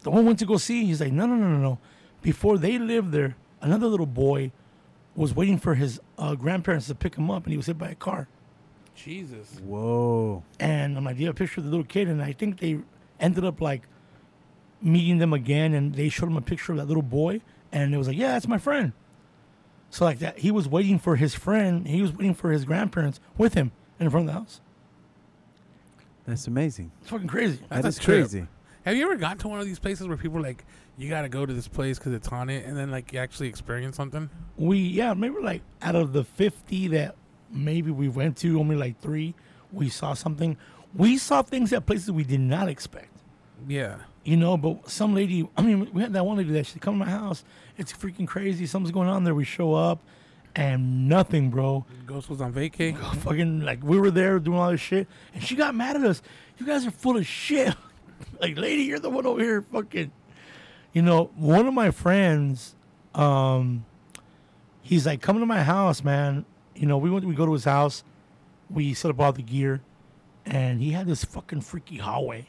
The one we went to go see, he's like, no, no, no, no, no. Before they lived there, another little boy was waiting for his uh, grandparents to pick him up, and he was hit by a car. Jesus. Whoa. And I'm like, do you have a picture of the little kid? And I think they ended up like meeting them again, and they showed him a picture of that little boy, and it was like, yeah, that's my friend. So like that, he was waiting for his friend. He was waiting for his grandparents with him in front of the house. That's amazing. It's fucking crazy. That's That's a trip. crazy. Have you ever gone to one of these places where people are like, you gotta go to this place because it's haunted, and then like you actually experience something? we yeah maybe like out of the 50 that maybe we went to only like three we saw something we saw things at places we did not expect Yeah. you know but some lady i mean we had that one lady that she come to my house it's freaking crazy something's going on there we show up and nothing bro Ghost was on vacay. fucking like we were there doing all this shit and she got mad at us you guys are full of shit like lady you're the one over here fucking you know one of my friends um he's like come to my house man you know we went we go to his house we set up all the gear and he had this fucking freaky hallway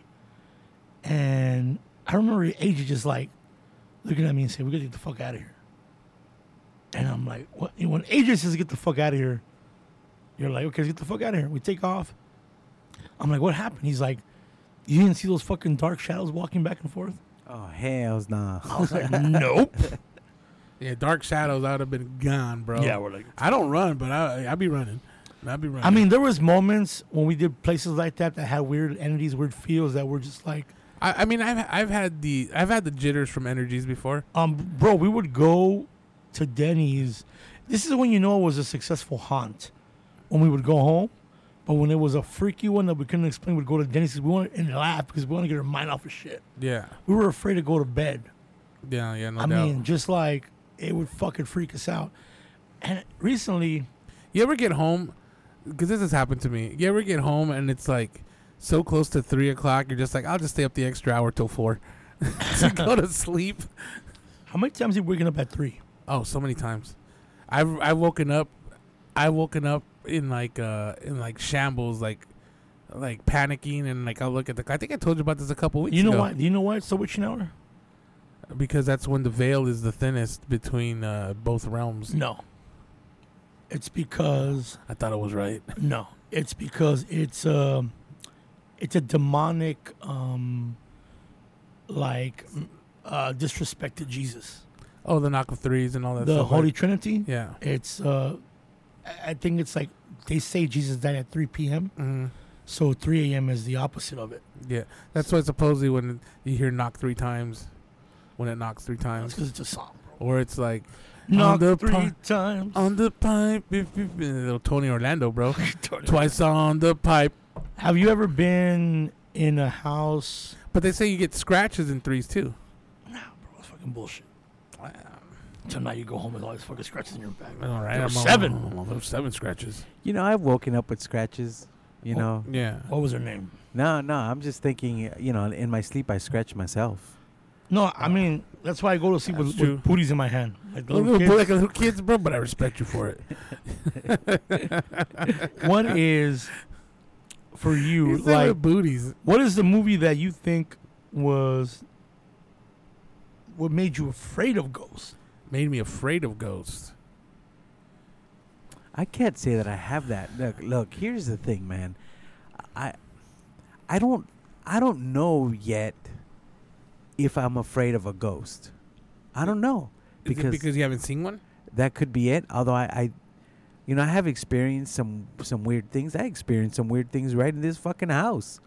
and i remember AJ just like looking at me and saying we gotta get the fuck out of here and i'm like what when AJ says get the fuck out of here you're like, okay, let's get the fuck out of here. We take off. I'm like, what happened? He's like, you didn't see those fucking dark shadows walking back and forth? Oh hell's nah. I was like, nope. Yeah, dark shadows. I'd have been gone, bro. Yeah, we're like- I don't run, but I I be running. I'd be running. I mean, there was moments when we did places like that that had weird entities, weird feels that were just like, I, I mean, I've I've had the I've had the jitters from energies before. um, bro, we would go to Denny's. This is when you know it was a successful haunt. When we would go home, but when it was a freaky one that we couldn't explain, we'd go to Denny's 'cause we wanted and laugh because we wanted to get our mind off of shit. Yeah. We were afraid to go to bed. Yeah, yeah, no I doubt. mean, just like it would fucking freak us out. And recently, You ever get home? Because this has happened to me. You ever get home and it's like so close to three o'clock? You're just like, I'll just stay up the extra hour till four to go to sleep. how many times are you waking up at three? Oh, so many times. I've I've woken up, I've woken up in like uh in like shambles, like like panicking and like I'll look at the. I think I told you about this a couple weeks. You know ago. why? You know why it's the witching hour? Because that's when the veil is the thinnest between uh, both realms. No. It's because I thought I was right. no. It's because it's um it's a demonic um like mm, uh disrespected Jesus. Oh, the knock of threes and all that. the stuff, Holy right? Trinity. Yeah. It's uh I- I think it's like they say Jesus died at three PM. hmm So three AM is the opposite of it. Yeah, that's why supposedly when you hear knock three times, when it knocks three That's times, because it's a song. or it's like Knock the three pi- times. on the pipe, beep, beep, beep, little Tony Orlando, bro. Twice on the pipe, Have you ever been in a house? but they say you get scratches in threes too. Nah, bro, it's fucking bullshit. So now you go home with all these fucking scratches in your back. All right, There were I'm on- seven. I'm on those seven scratches. You know, I've woken up with scratches. You know, Yeah, What was her name? no, no. I'm just thinking. You know, in my sleep, I scratch myself. No, I mean that's why I go to sleep with, That's with true. booties in my hand. Like the little, little boy, like kids. a little kids, bro. But I respect you for it. What is for you He's like like? booties. What is the movie that you think was what made you afraid of ghosts? Made me afraid of ghosts. I can't say that I have that. Look, look. Here's the thing, man. I, I don't, I don't know yet if I'm afraid of a ghost. I don't know Is it because you haven't seen one. that could be it. Although I, I you know, I have experienced some some weird things. I experienced some weird things right in this fucking house,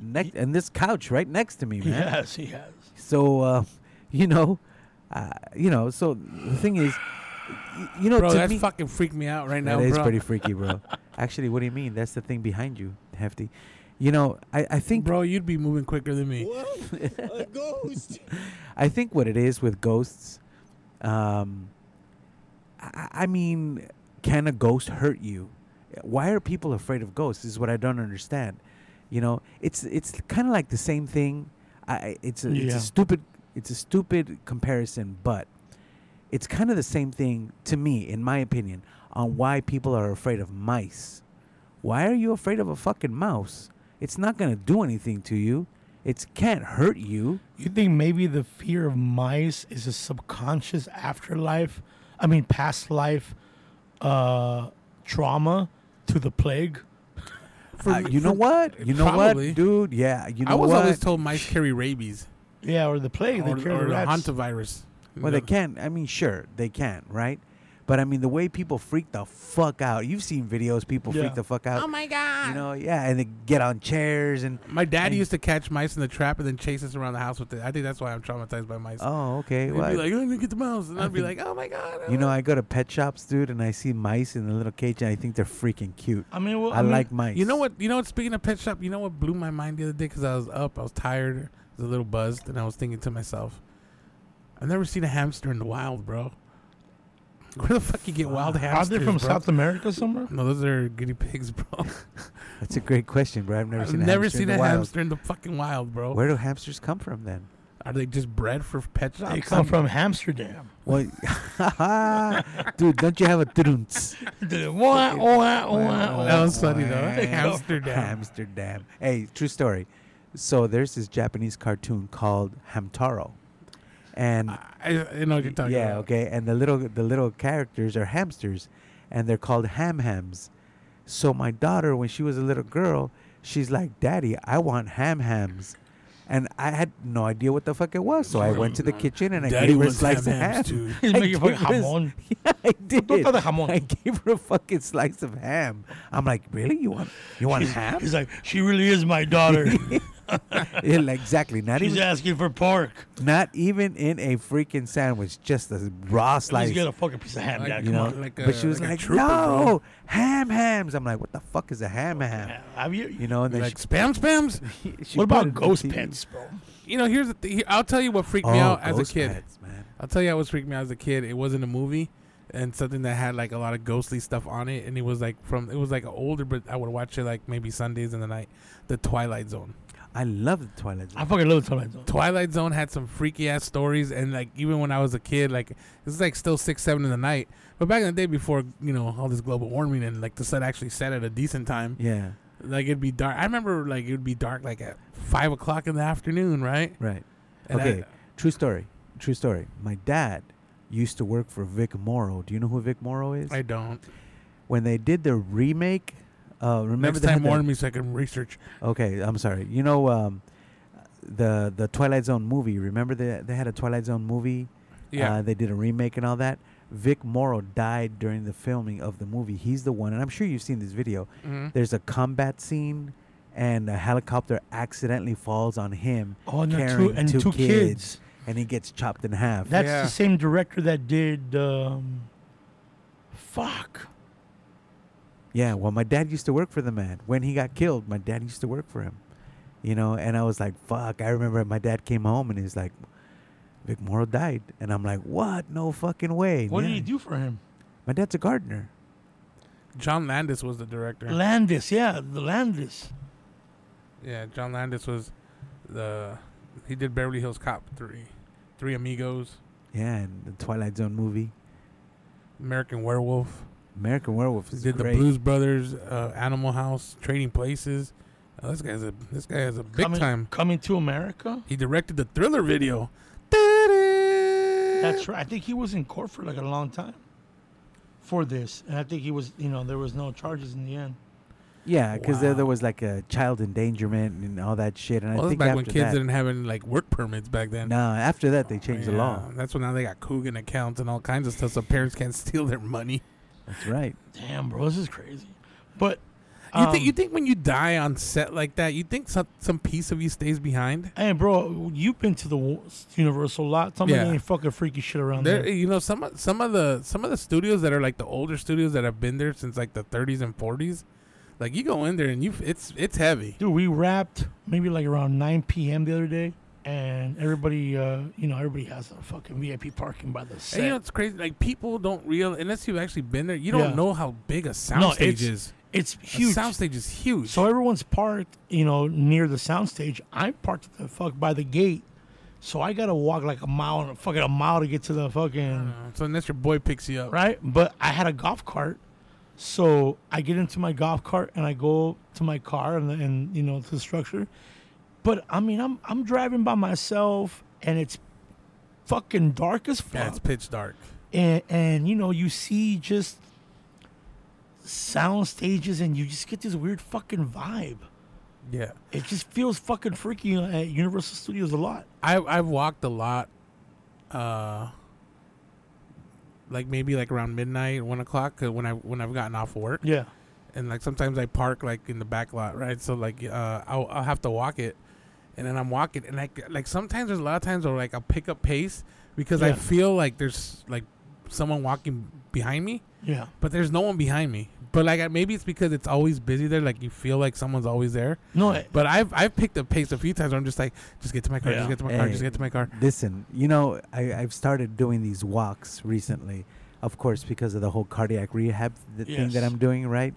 next and this couch right next to me, man. Yes, he has. So, uh, you know, uh, you know. So the thing is, y- you know, Bro, to that me, fucking freaked me out right now, that is bro. pretty freaky, bro. Actually, what do you mean? That's the thing behind you, hefty. You know, I, I think bro, you'd be moving quicker than me. I think what it is with ghosts, um, I, I mean, can a ghost hurt you? Why are people afraid of ghosts? Is what I don't understand. You know, it's it's kind of like the same thing. I- I it's a, it's Yeah. a stupid it's a stupid comparison, but it's kind of the same thing to me, in my opinion, on why people are afraid of mice. Why are you afraid of a fucking mouse? It's not gonna do anything to you. It can't hurt you. You think maybe the fear of mice is a subconscious afterlife? I mean, past life uh, trauma to the plague? For Uh, me- you know for- what? You know Probably. what, dude? Yeah, you know I was what? always told mice carry rabies Yeah, or the plague. or, they carry or the rats. hantavirus. well, they can't. I mean, sure, they can, right? But I mean, the way people freak the fuck out. You've seen videos, people Yeah. freak the fuck out. Oh my god. you know, yeah, and they get on chairs and. My dad And- used to catch mice in the trap and then chase us around the house with it. I think that's why I'm traumatized by mice. Oh, okay. They'd well, be like, "Oh, look at the mouse," and I'd be think- like, "Oh my god!" you know, I go to pet shops, dude, and I see mice in a little cage, and I think they're freaking cute. I mean, well, I, mean, like mice. you know what? You know what? Speaking of pet shop, you know what blew my mind the other day because I was up, I was tired, I was a little buzzed, and I was thinking to myself, "I've never seen a hamster in the wild, bro. Where the fuck you get wild Are hamsters? they from bro? South America somewhere? No, those are guinea pigs, bro. That's a great question, bro. I've never I've seen. never a hamster in seen the a wild. hamster in the fucking wild, bro. Where do hamsters come from then? Are they just bred for pet shops? They come from Amsterdam. Well, dude, don't you have a thrunts? That was funny though. Amsterdam. Amsterdam. Hey, true story. So there's this Japanese cartoon called Hamtaro, and I, I know what you're talking yeah, about. okay, and the little the little characters are hamsters, and they're called ham hams. So my daughter, when she was a little girl, she's like, "Daddy, I want ham hams." And I had no idea what the fuck it was, so I went to the kitchen and I gave her a slice of ham. He's I making fucking gave her s- jamon. Yeah, I did. thought the jamon. I gave her a fucking slice of ham. I'm like, really? You want you want ham? He's like, she really is my daughter. Yeah, like, exactly. Not He's even, asking for pork. not even in a freaking sandwich, just a raw slice. He's got a fucking piece of ham. Like, Dad. you come know, on, like a- but she was like a like, trooper, "No, bro." ham hams." I'm like, "What the fuck is a ham ham?" Have you? You know, and then like she, spam spams. she what put it about in the ghost TV. pets, bro? You know, here's the thing. I'll tell you what freaked me Oh, out as a ghost kid. pets, man. I'll tell you, I was freaked me out as a kid. It wasn't a movie, and something that had like a lot of ghostly stuff on it, and it was like from it was like older, but I would watch it like maybe Sundays in the night. The Twilight Zone. I love the Twilight Zone. I fucking love Twilight Zone. Twilight Zone had some freaky ass stories, and like even when I was a kid, like this is like still six, seven in the night. But back in the day, before you know all this global warming and like the sun actually set at a decent time, yeah, like it'd be dark. I remember like it'd be dark like at five o'clock in the afternoon, right? right. And I- okay, true story. True story. My dad used to work for Vic Morrow. Do you know who Vic Morrow is? I don't. when they did the remake, uh, remember Next they had time, that- warn me so I can research. Okay, I'm sorry. You know, um, the the Twilight Zone movie. Remember they they had a Twilight Zone movie. Yeah. Uh, they did a remake and all that. Vic Morrow died during the filming of the movie. He's the one, and I'm sure you've seen this video. Mhm. There's a combat scene, and a helicopter accidentally falls on him, Oh, and they're two- carrying and two kids. and he gets chopped in half. That's Yeah. the same director that did. Um, fuck. Yeah, well, my dad used to work for the man. When he got killed, my dad used to work for him. You know, and I was like, fuck. I remember my dad came home and he's like, Vic Morrow died. And I'm like, what? No fucking way. What Yeah. did he do for him? My dad's a gardener. John Landis was the director. Landis, yeah, the Landis. yeah, John Landis was the. He did Beverly Hills Cop three, Three Amigos, Yeah, and the Twilight Zone movie. American Werewolf. American Werewolf is did great. the Blues Brothers, uh, Animal House, Trading Places. Uh, this guy's a this guy is a big coming, time. Coming to America. He directed the Thriller video. That's right. I think he was in court for like a long time for this, and I think he was. You know, there was no charges in the end. Yeah, because there, there Wow. was like a child endangerment and all that shit. And Well, I that's think back after when kids that, didn't have any like work permits back then. no, after that they changed the law. Yeah, That's when now they got Coogan accounts and all kinds of stuff, so parents can't steal their money. That's right. Damn, bro, this is crazy. But You um, think you think when you die on set like that, you think some some piece of you stays behind? Hey, bro, you've been to the Wo- Universal lot. Tell me Yeah. there ain't fucking freaky shit around There, there. you know, some of- some of the some of the studios that are like the older studios that have been there since like the 30s and 40s, like you go in there and you it's it's heavy. Dude, we wrapped maybe like around 9 p.m. the other day, and everybody, uh, you know, everybody has a fucking VIP parking by the set. And you know, it's crazy. Like people don't real unless you've actually been there. You don't Yeah. know how big a No, soundstage it's- is. it's A huge. soundstage is huge. So everyone's parked, you know, near the soundstage. I'm parked the fuck by the gate, so I gotta walk like a mile and fucking a mile to get to the fucking so unless your boy picks you up, right. But I had a golf cart, so I get into my golf cart and I go to my car and, and you know to the structure. But I mean, I'm I'm driving by myself and it's fucking dark as fuck yeah, it's pitch dark. and and you know you see just sound stages and you just get this weird fucking vibe Yeah, it just feels fucking freaky at universal studios a lot I I've walked a lot, uh, like maybe like around midnight, one o'clock, 'cause when I when I've gotten off work, yeah and like sometimes I park like in the back lot, right? So like uh, I'll, I'll have to walk it, and then I'm walking, and like like sometimes there's a lot of times where like I'll pick up pace because I Yeah. feel like there's like someone walking behind me, yeah but there's no one behind me. But like I- maybe it's because it's always busy there, like you feel like someone's always there. no it- But I've I've picked up pace a few times. Where I'm just like, just get to my car, Yeah. just get to my car, Hey. just get to my car. Listen, you know, I, I've started doing these walks recently, of course, because of the whole cardiac rehab th- thing that Yes. I'm doing, right?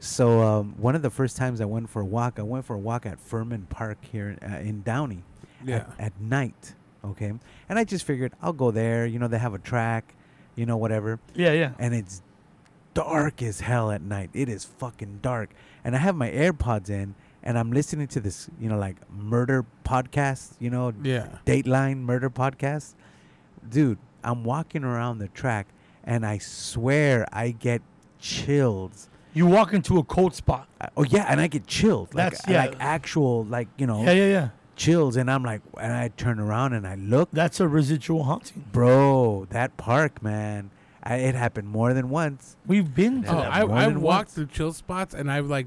So, um, one of the first times I went for a walk, I went for a walk at Furman Park here in, uh, in Downey Yeah. at, at night, okay? And I just figured I'll go there. You know, they have a track, you know, whatever yeah yeah and it's dark as hell at night. It is fucking dark. And I have my AirPods in and I'm listening to this, you know, like murder podcast, you know, Yeah. Dateline murder podcast. Dude, I'm walking around the track and I swear I get chills. you walk into a cold spot I- Oh yeah, and I get chilled. Like That's- yeah. like actual like, you know, yeah yeah yeah chills and I'm like and I turn around and I look that's a residual haunting Bro, that park, man. I, it happened more than once. we've been to Oh, that I, more I've than walked once. through chill spots and I've like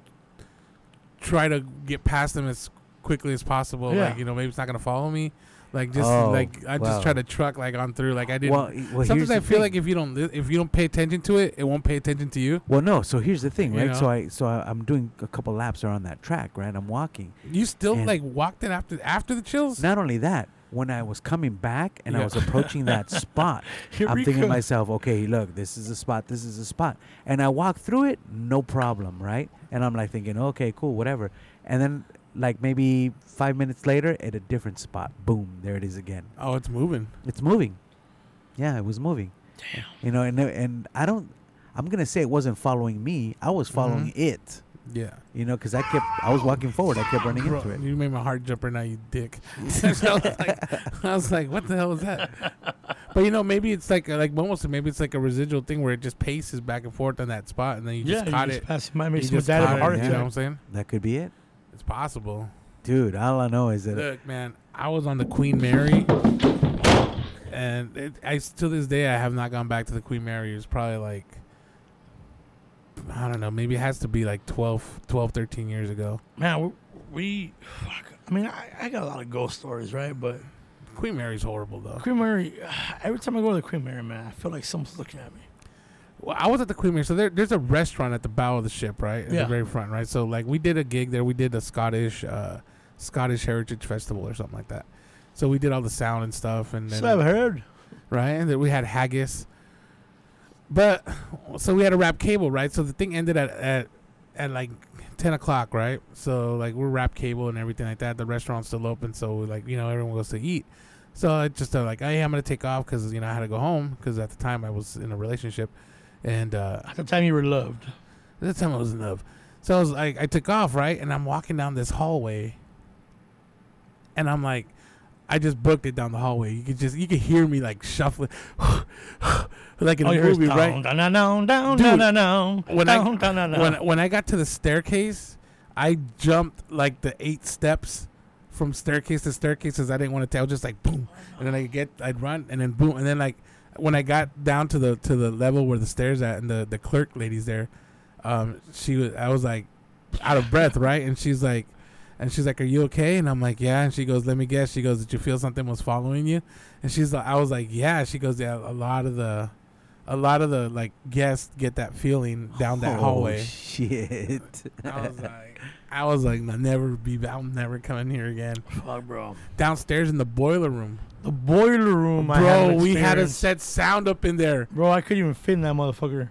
tried to get past them as quickly as possible. Yeah. Like you know, maybe it's not gonna follow me. Like just Oh, like I wow. just try to truck like on through. Like I didn't. Well, e- well, here's sometimes I the feel like thing. if you don't li- if you don't pay attention to it, it won't pay attention to you. Well, no. So here's the thing, You right? So know? I so I, I'm doing a couple laps around that track, right? I'm walking. You still And- like walked it after after the chills. Not only that, when I was coming back and I Yeah. was approaching that spot, Here I'm we thinking to come. myself, okay, look, this is a spot, this is a spot. And I walk through it, no problem, right? And I'm like thinking, okay, cool, whatever. And then like maybe five minutes later at a different spot, boom, there it is again. Oh, it's moving. It's moving. Yeah, it was moving. Damn. You know, and and I don't I'm gonna say it wasn't following me. I was following it. Yeah. You know, because I kept I was walking forward, I kept running Bro, into it. You made my heart jump right now, you dick. I, was like, I was like, what the hell is that? But you know, maybe it's like like Momo said, maybe it's like a residual thing where it just paces back and forth on that spot, and then you just caught it. Pass my You makes my just dad caught have a it, heart You know what attack. I'm saying? That could be it. It's possible. Dude, all I know is that Look, man, I was on the Queen Mary, and it, I to this day I have not gone back to the Queen Mary. It was probably like I don't know, maybe it has to be like 12, 12 13 years ago. Man, we, we fuck. I mean, I, I got a lot of ghost stories, right? But Queen Mary's horrible though. Queen Mary, every time I go to the Queen Mary, man, I feel like someone's looking at me. Well, I was at the Queen Mary, so there, there's a restaurant at the bow of the ship, right, at Yeah. the very front, right. So like we did a gig there. We did a Scottish uh, Scottish Heritage Festival or something like that. So we did all the sound and stuff, and then So I've heard. right? And then we had haggis. But so we had to wrap cable, right? So the thing ended at at, at like ten o'clock, right? So like we're wrap cable and everything like that. The restaurant's still open, so like you know everyone goes to eat. So I just uh, like, hey, I'm gonna take off because you know I had to go home because at the time I was in a relationship, and uh, At the time you were loved. this time I was in love. So I was like, I took off, right? And I'm walking down this hallway. And I'm like, I just booked it down the hallway. You could just, you could hear me like shuffling, like in All a you heard is movie, down, right? Oh, down, down, down, down, Dude, down, down, down, when I- down, down, down, When down. when I got to the staircase, I jumped like the eight steps from staircase to staircase because I didn't want to. I was just like boom, and then I get, I'd run, and then boom, and then like when I got down to the to the level where the stairs at, and the the clerk lady's there, um, she was, I was like out of breath, right? And she's like. And she's like, "Are you okay?" And I'm like, "Yeah." And she goes, "Let me guess." She goes, "Did you feel something was following you?" And she's like, "I was like, yeah." She goes, "Yeah, a lot of the, a lot of the like guests get that feeling down that Oh, hallway." Shit. I was like, I was like, I'll never be, I'll never come in here again. Fuck, bro. Downstairs in the boiler room, The boiler room, I had bro. an We had to experience. set sound up in there. Bro, I couldn't even fit in that motherfucker.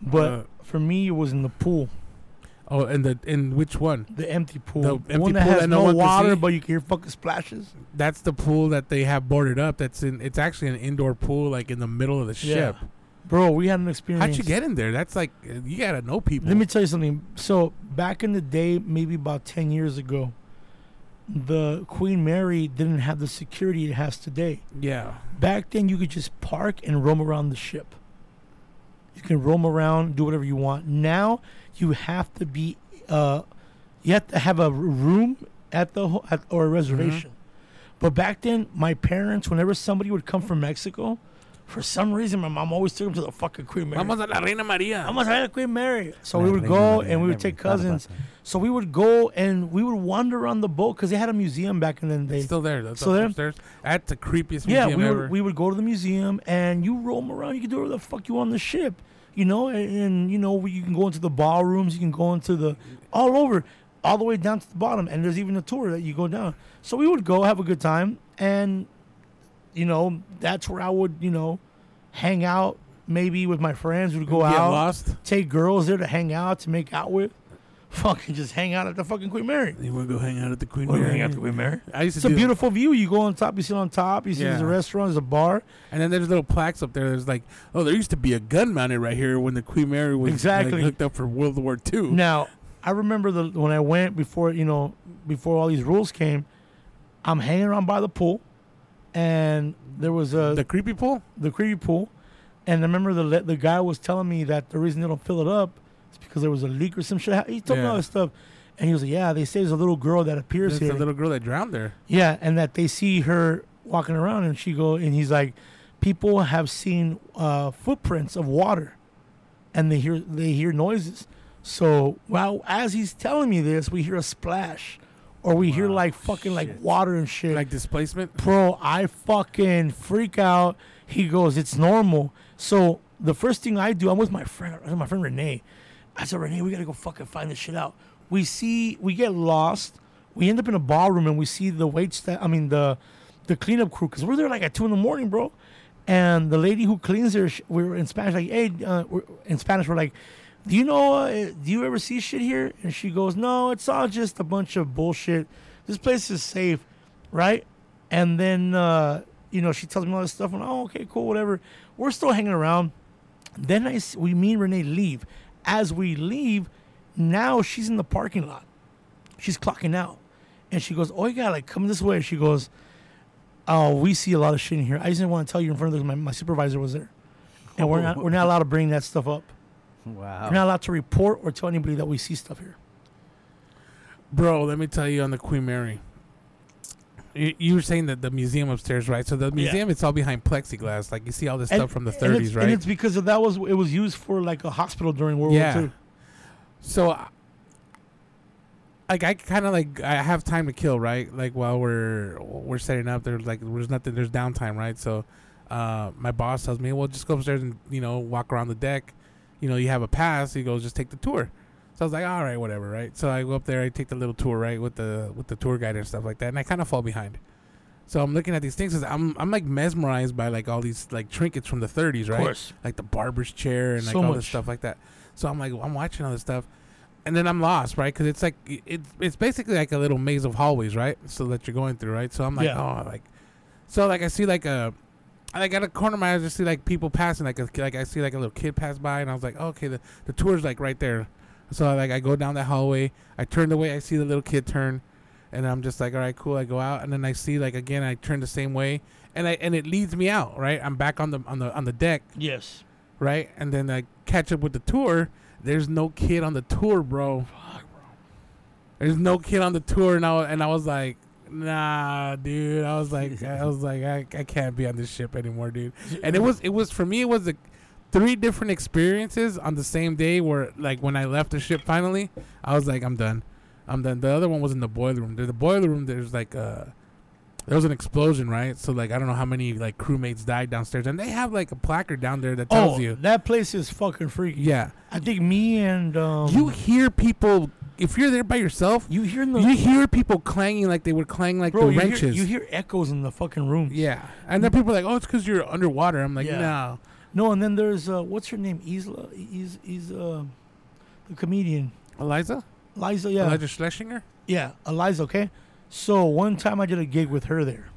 But Uh, for me, it was in the pool, Oh, and the in which one? the empty pool, The the empty one that pool has that no no, one can see? water, but you can hear fucking splashes. That's the pool that they have boarded up. That's in. It's actually an indoor pool, like in the middle of the ship. Bro, we had an experience. How'd you get in there? That's like you gotta know people. Let me tell you something. So back in the day, maybe about ten years ago, the Queen Mary didn't have the security it has today. yeah. Back then, you could just park and roam around the ship. You can roam around, do whatever you want. Now you have to be, uh, you have to have a r- room at the ho- at, or a reservation. Mm-hmm. But back then, my parents, whenever somebody would come from Mexico, for some reason, my mom always took them to the fucking Queen Mary. Vamos a la Reina Maria. I'm gonna Queen Mary. So Nah, we they would know go that. I and we never would take thought about cousins. that. So we would go and we would wander around the boat because they had a museum back in the day. It's still there. That's Still there? upstairs. That's the creepiest yeah, museum we ever. would, we would go to the museum and you roam around. You can do whatever the fuck you want on the ship, you know. And, and, you know we- you can go into the ballrooms. You can go into the all over, all the way down to the bottom. And there's even a tour that you go down. So we would go have a good time, and you know that's where I would you know hang out. Maybe with my friends, we'd go Get out lost. take girls there to hang out, to make out with. Fucking just hang out at the fucking Queen Mary. You wanna go hang out at the Queen We're gonna Mary? hang out at the Queen Mary. I used to It's a do- beautiful view. You go on top, you sit on top, you see there's a Yeah. restaurant, there's a bar. And then there's little plaques up there. There's like, oh, there used to be a gun mounted right here when the Queen Mary was like, Exactly. hooked up for World War II. Now, I remember the when I went before, you know, before all these rules came, I'm hanging around by the pool and there was a The the, creepy pool. creepy pool. And I remember the le- the guy was telling me that the reason they don't fill it up is because there was a leak or some shit. He told me Yeah. all this stuff. And he was like, Yeah, they say there's a little girl that appears There's here. the little girl that drowned there. Yeah, and that they see her walking around, and she go, and he's like, people have seen uh, footprints of water, and they hear they hear noises. So while as he's telling me this, we hear a splash, or we hear like fucking like water and shit. Like displacement. bro, I fucking freak out. He goes, it's normal. So the first thing I do, I'm with my friend, I'm with my friend Renee. I said, Renee, we gotta go fucking find this shit out. We see, we get lost. We end up in a ballroom and we see the wait staff. I mean the the cleanup crew because we're there like at two in the morning, bro. And the lady who cleans there, sh- we were in Spanish like, hey, uh, we're, in Spanish we're like, do you know, uh, do you ever see shit here? And she goes, no, it's all just a bunch of bullshit. This place is safe, right? And then, uh, you know, she tells me all this stuff, and oh, okay, cool, whatever. We're still hanging around. Then I, s- we, me and Renee leave. As we leave, now she's in the parking lot. She's clocking out, and she goes, "Oh, yeah, like come this way." She goes, "Oh, we see a lot of shit in here. I just didn't want to tell you in front of the, my, my supervisor was there, and we're not we're not allowed to bring that stuff up. Wow. We're not allowed to report or tell anybody that we see stuff here." Bro, let me tell you on the Queen Mary. You, you were saying that the museum upstairs, right? So the museum, it's all behind plexiglass. Like you see all this And- stuff from the and 30s, it's- right? And it's because of that was it was used for like a hospital during World yeah. War II. So, I- like, I kind of like I have time to kill, right? Like while we're we're setting up, there's like there's nothing, there's downtime, right? So, uh, my boss tells me, well, just go upstairs and you know walk around the deck. You know, you have a pass. He goes, just take the tour. So I was like, all right, whatever, right? So I go up there, I take the little tour, right, with the with the tour guide and stuff like that, and I kind of fall behind. So I'm looking at these things, 'cause I'm I'm like mesmerized by like all these like trinkets from the 30s, right? course. Like the barber's chair and like So all much. this stuff like that. So I'm like, I'm watching all this stuff, and then I'm lost, right? Because it's like it- it's it's basically like a little maze of hallways, right? So that you're going through, right? So I'm like, Yeah. oh, like, so like I see like a, like at a corner of my eyes, I just see like people passing, like a, like I see like a little kid pass by, and I was like, oh, okay, the the tour's like right there. So like I go down that hallway, I turn the way, I see the little kid turn, and I'm just like, all right, cool. I go out, and then I see like again, I turn the same way, and I and it leads me out, right? I'm back on the on the on the deck, Yes. right? And then I catch up with the tour. There's no kid on the tour, bro. There's no kid on the tour, and I wa- and I was like, nah, dude. I was like, I was like, I, I can't be on this ship anymore, dude. And it was it was for me it was a three different experiences on the same day where like when I left the ship finally, I was like, I'm done. I'm done. The other one was in the boiler room. The the boiler room there's like uh there was an explosion, right? So like I don't know how many like crewmates died downstairs and they have like a placard down there that tells Oh, you. that place is fucking freaky. Yeah. I think me and um, You hear people if you're there by yourself, you hear in the you hear people clanging like they would clang like bro, the you wrenches. Hear, you hear echoes in the fucking room. yeah. And then people are like, "Oh, it's cuz you're underwater." I'm like, Yeah. "No." No, and then there's uh, what's her name? Isla, is is uh, the comedian Eliza? Liza. Yeah, Eliza Schlesinger? yeah, Eliza. Okay. So one time I did a gig with her there,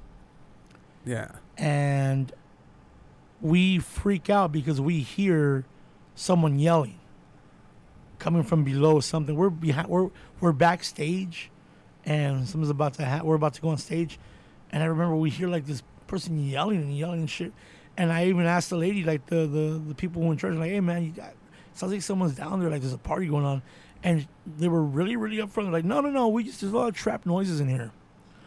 Yeah. and we freak out because we hear someone yelling coming from below something. We're behind. We're we're backstage, and something's about to ha- we're about to go on stage, and I remember we hear like this person yelling and yelling and shit, and I even asked the lady like the the, the people who in charge like, hey man, you got, sounds like someone's down there like there's a party going on, and they were really really upfront They're like no no no we just there's a lot of trap noises in here.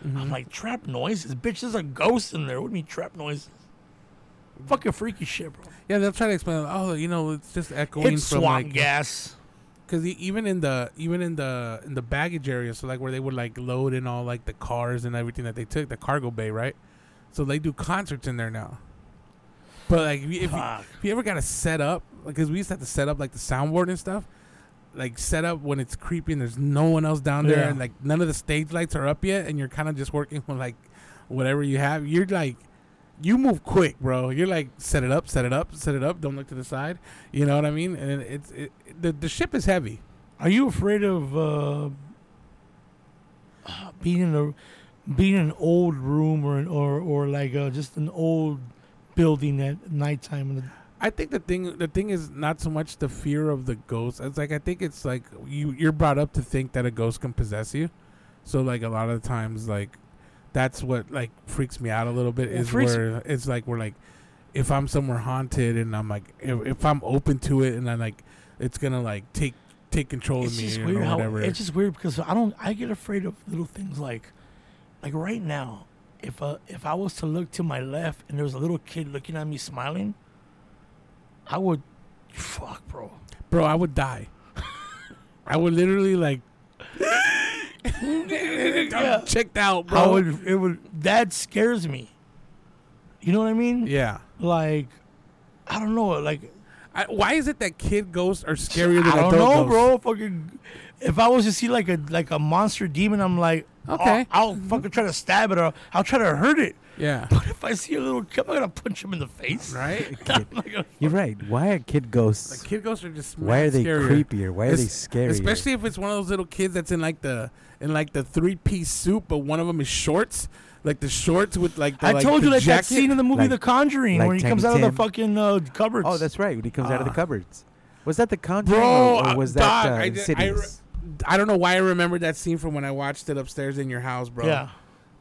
I'm like trap noises, bitch. There's a ghost in there. What do you mean trap noises? Fucking freaky shit, bro. Yeah, they'll try to explain. Oh, you know, it's just echoing It's from swamp like gas. because e, even in the even in the in the baggage area, so like where they would like load in all like the cars and everything that they took, the cargo bay, right? So they do concerts in there now. But like, if you, if you, Fuck. if you ever got to set up, because we used to have to set up like the soundboard and stuff, like set up when it's creepy and there's no one else down there, Yeah. and like none of the stage lights are up yet, and you're kind of just working with like whatever you have. You're like, you move quick, bro. You're like, set it up, set it up, set it up. Don't look to the side. You know what I mean? And it's it, the the ship is heavy. Are you afraid of uh, uh, being in a being in an old room or an, or or like uh, just an old building at nighttime? And I think the thing the thing is not so much the fear of the ghost. It's like I think it's like you you're brought up to think that a ghost can possess you. So like a lot of times like that's what like freaks me out a little bit Well, is freaks- where it's like we're like if I'm somewhere haunted and I'm like if, if I'm open to it and I'm like it's gonna like take take control it's of me just or weird how whatever. it's just weird because I don't I get afraid of little things like like right now if uh, if I was to look to my left and there was a little kid looking at me smiling, I would fuck, bro. Bro, I would die. I would literally like I'm checked out, bro. How it, it would that scares me. You know what I mean? yeah. Like, I don't know. Like, I, why is it that kid ghosts are scarier than I don't adult know, ghosts? bro. Fucking, if I was to see like a like a monster demon, I'm like, Okay. I'll, I'll fucking try to stab it or I'll try to hurt it. Yeah. But if I see a little kid, I'm not gonna punch him in the face. Right? I'm not gonna- You're right. Why are kid ghosts? Like kid ghosts are just Why are they scarier. creepier? Why are they Es- scarier? Especially if it's one of those little kids that's in like the in like the three piece suit, but one of them is shorts, like the shorts with like the, I like, told the you like that jacket. scene in the movie Like- The Conjuring like where he Tiny comes out of the Tim. fucking uh, cupboards. Oh, that's right. When he comes out of the Ah. cupboards. Was that the Conjuring bro. or, or uh, was that dog, uh, I, did- I, re- Insidious? I don't know why I remember that scene from when I watched it upstairs in your house, bro. yeah.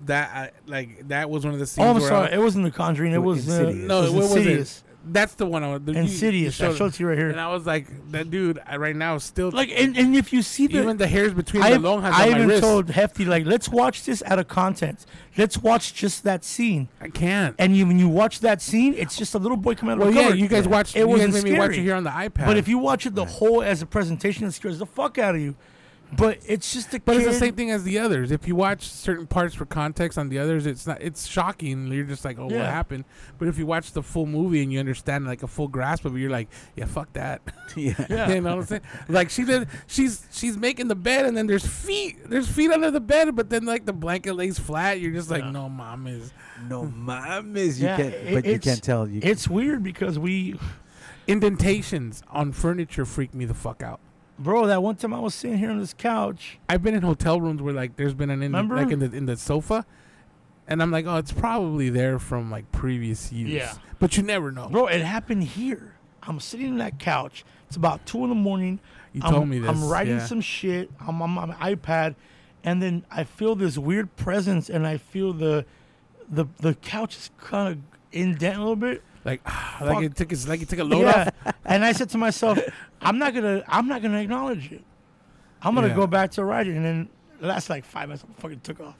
that I, like that was one of the scenes. Oh, I'm where I- sorry. It wasn't The Conjuring. It was uh, Insidious. no, it was Insidious. not That's the one. I was, the, you- you Insidious. I showed- showed it to you right here. And I was like, that dude I, right now is still Like, and, and if you see the, even the hairs between I, the long hairs I on my even wrist. told Hefty like, let's watch this out of context. Let's watch just that scene. I can't. And you, when you watch that scene, it's just a little boy coming out of well, the yeah, cupboard. you guys watched. It you guys wasn't made me watch it scary. here on the iPad. But if you watch it the whole as a presentation, it scares the fuck out of you. But it's just a But kid. it's the same thing as the others. If you watch certain parts for context on the others, it's not. It's shocking. You're just like, oh, what Yeah. happened? But if you watch the full movie and you understand like a full grasp of it, you're like, yeah, fuck that. yeah. you know what I'm saying? Like she did. She's she's making the bed, and then there's feet. There's feet under the bed, but then like the blanket lays flat. You're just like, no, mom is. No mames. You Yeah, can't. it- but you it's- can't tell. You It's weird because we, Indentations on furniture freak me the fuck out. bro, that one time I was sitting here on this couch. I've been in hotel rooms where like there's been an in, Remember? like in the in the sofa, and I'm like, oh, it's probably there from like previous years. Yeah. But you never know. Bro, it happened here. I'm sitting on that couch. It's about two in the morning. You I'm, told me this, I'm writing yeah. some shit. I'm on my iPad, and then I feel this weird presence, and I feel the, the the couch is kind of indent a little bit. Like, ah, like Fuck. it took his like it took a load off. and I said to myself, I'm not gonna, I'm not gonna acknowledge it. I'm gonna Yeah. go back to writing, and then the last like five minutes, I fucking took off.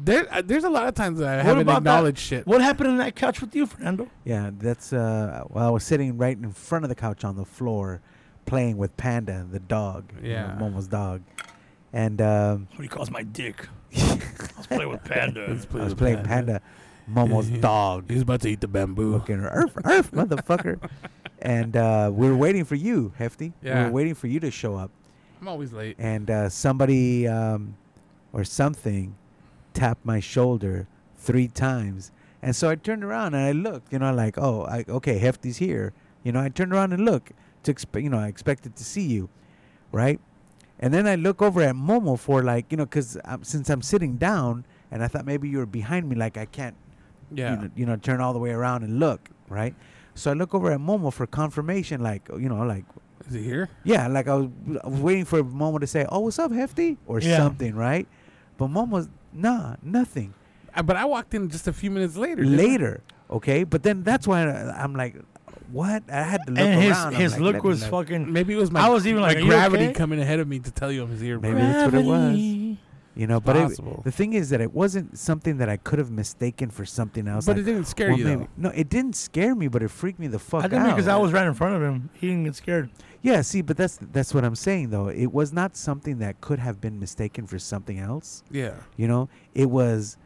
There, uh, there's a lot of times that I What haven't about that- acknowledged shit. What happened on that couch with you, Fernando? Yeah, that's uh well I was sitting right in front of the couch on the floor playing with Panda, the dog. you know, Yeah. Momo's dog. And um What Oh, he calls my dick. I was playing with Panda. I was playing Panda, Momo's dog. He's about to eat the bamboo. Fucking Earth, Earth, motherfucker. And uh we were waiting for you, Hefty. We Yeah. were waiting for you to show up. I'm always late. And uh somebody um or something tapped my shoulder three times. And so I turned around and I looked, you know, like, oh, I, okay, Hefty's here. You know, I turned around and look to expe- you know, I expected to see you, right? And then I look over at Momo for like, you know, because I'm, since I'm sitting down and I thought maybe you were behind me, like I can't, Yeah. you, know, you know, turn all the way around and look, right? So I look over at Momo for confirmation, like, you know, like, Is he here? yeah, like I was, I was waiting for Momo to say, "Oh, what's up, Hefty?" or Yeah. something, right? But Momo's nah, nothing. Uh, But I walked in just a few minutes later. didn't I? Later, okay. But then that's why I- I'm like, "What?" I had to look and his around. I'm his like, look "Let me was look." fucking. Maybe it was my I was even my like, "Are you gravity okay?" coming ahead of me to tell you I'm here. Bro. Maybe that's what it was. Gravity. you know. But it, possible. the thing is that it wasn't something that I could have mistaken for something else. But like, it didn't scare well, you maybe- though. No, it didn't scare me, but it freaked me the fuck I think out. because I was right in front of him, he didn't get scared. yeah, see, but that's that's what I'm saying though. It was not something that could have been mistaken for something else. Yeah. You know, it was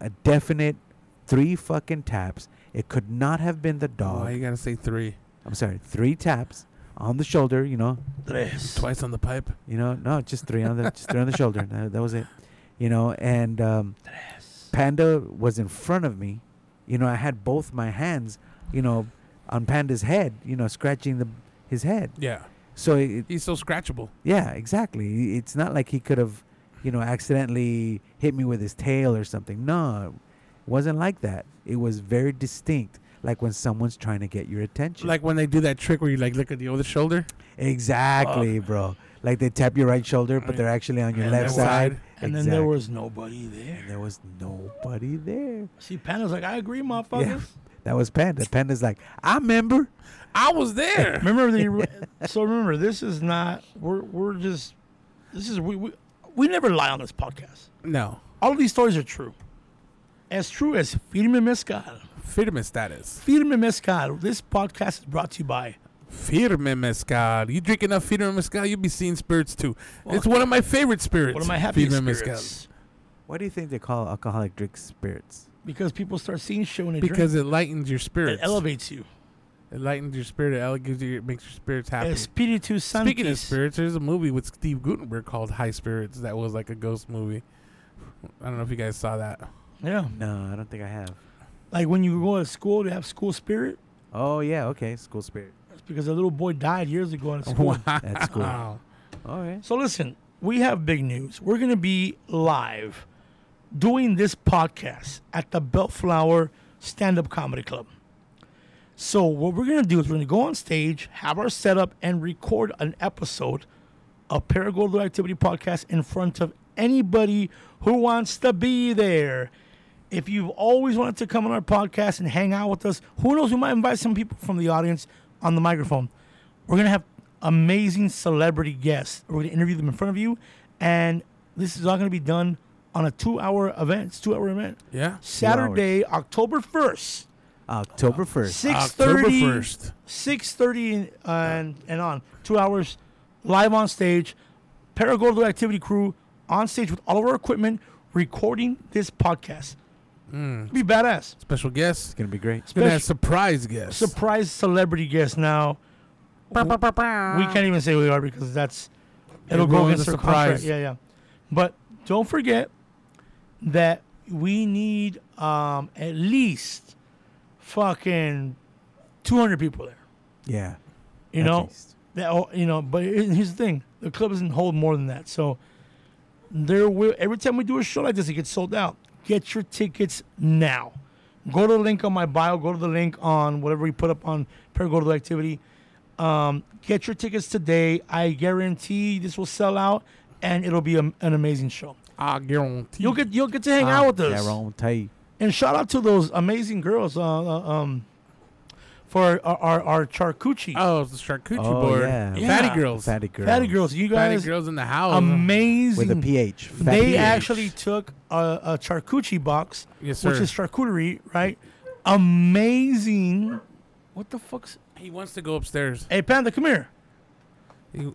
a definite three fucking taps. It could not have been the dog. Why you gotta say three I'm sorry, three taps on the shoulder. You know, twice on the pipe? you know, no, just three on the just three on the shoulder. That, that was it. You know, and um, Panda was in front of me. You know, I had both my hands, you know, on Panda's head. You know, scratching the his head. Yeah. So it, He's so scratchable. yeah, exactly. It's not like he could have, you know, accidentally hit me with his tail or something. No, it wasn't like that. It was very distinct, like when someone's trying to get your attention. Like when they do that trick where you like look at the other shoulder. exactly, bro. Like they tap your right shoulder, but they're actually on your And left their side. side. And then there Exact- was nobody there. and there was nobody there. See, Panda's like, I agree, motherfuckers. Yeah, that was Panda. Panda's like, I remember. I was there. Remember the. so remember, this is not. We're we're just. This is we we, we never lie on this podcast. no. All of these stories are true. As true as Firme Mezcal. Firme status. Firme Mezcal. This podcast is brought to you by Firme mezcal. You drink enough firme mezcal, you'll be seeing spirits too. it's one of my favorite spirits. One of my happiest firme mezcal. spirits. Why do you think they call alcoholic drinks spirits? Because people start seeing shit when they drink. Because it lightens your It spirits. elevates you. It lightens your spirit. It ele- gives you, it makes your spirits happy. Espiritu Sanctus. Speaking of spirits, there's a movie with Steve Gutenberg called High Spirits that was like a ghost movie. I don't know if you guys saw that. Yeah. No, I don't think I have. Like when you go to school, they have school spirit. Oh yeah, okay, school spirit. That's because a little boy died years ago in school. Wow. That's cool. All right. So listen, we have big news. We're going to be live doing this podcast at the Beltflower Stand Up Comedy Club. So what we're going to do is we're going to go on stage, have our setup, and record an episode of Paragoldo Activity Podcast in front of anybody who wants to be there. If you've always wanted to come on our podcast and hang out with us, who knows? We might invite some people from the audience on the microphone. We're gonna have amazing celebrity guests. We're gonna interview them in front of you, and this is all gonna be done on a two-hour event. It's a two-hour event. Yeah. Saturday, October first, Oh, October first. six October thirty. 1st. Six thirty and and on two hours, live on stage, Paragordo Activity Crew on stage with all of our equipment, recording this podcast. Hmm. Be badass. Special guest. It's gonna be great. Gonna have Special- surprise guest. Surprise celebrity guest. Now we Ah. can't even say who they are because that's it'll It go ruins against the our contract. surprise. Yeah, yeah. But don't forget that we need um, at least fucking two hundred people there. Yeah. You At know, least. that oh, you know. But here- here's the thing: the club doesn't hold more than that. So there will every time we do a show like this, it gets sold out. Get your tickets now. Go to the link on my bio. Go to the link on whatever we put up on Paragordo Activity. Um, get your tickets today. I guarantee this will sell out, and it'll be a, an amazing show. I Ah, guarantee. You'll get you'll get to hang out with us. Ah, Yeah, wrong type. And shout out to those amazing girls. Uh, uh, um, for our our, our charcuterie. Oh, it's the charcuterie Oh, board. yeah. Fatty Yeah. girls. Fatty girl. Fatty girls, you Fatty guys girls in the house. amazing. with a ph. Fatty They girl. actually took a, a charcuterie box, Yes, which sir. is charcuterie, right? Amazing. What the fuck's? He wants to go upstairs. Hey, Panda, come here. He,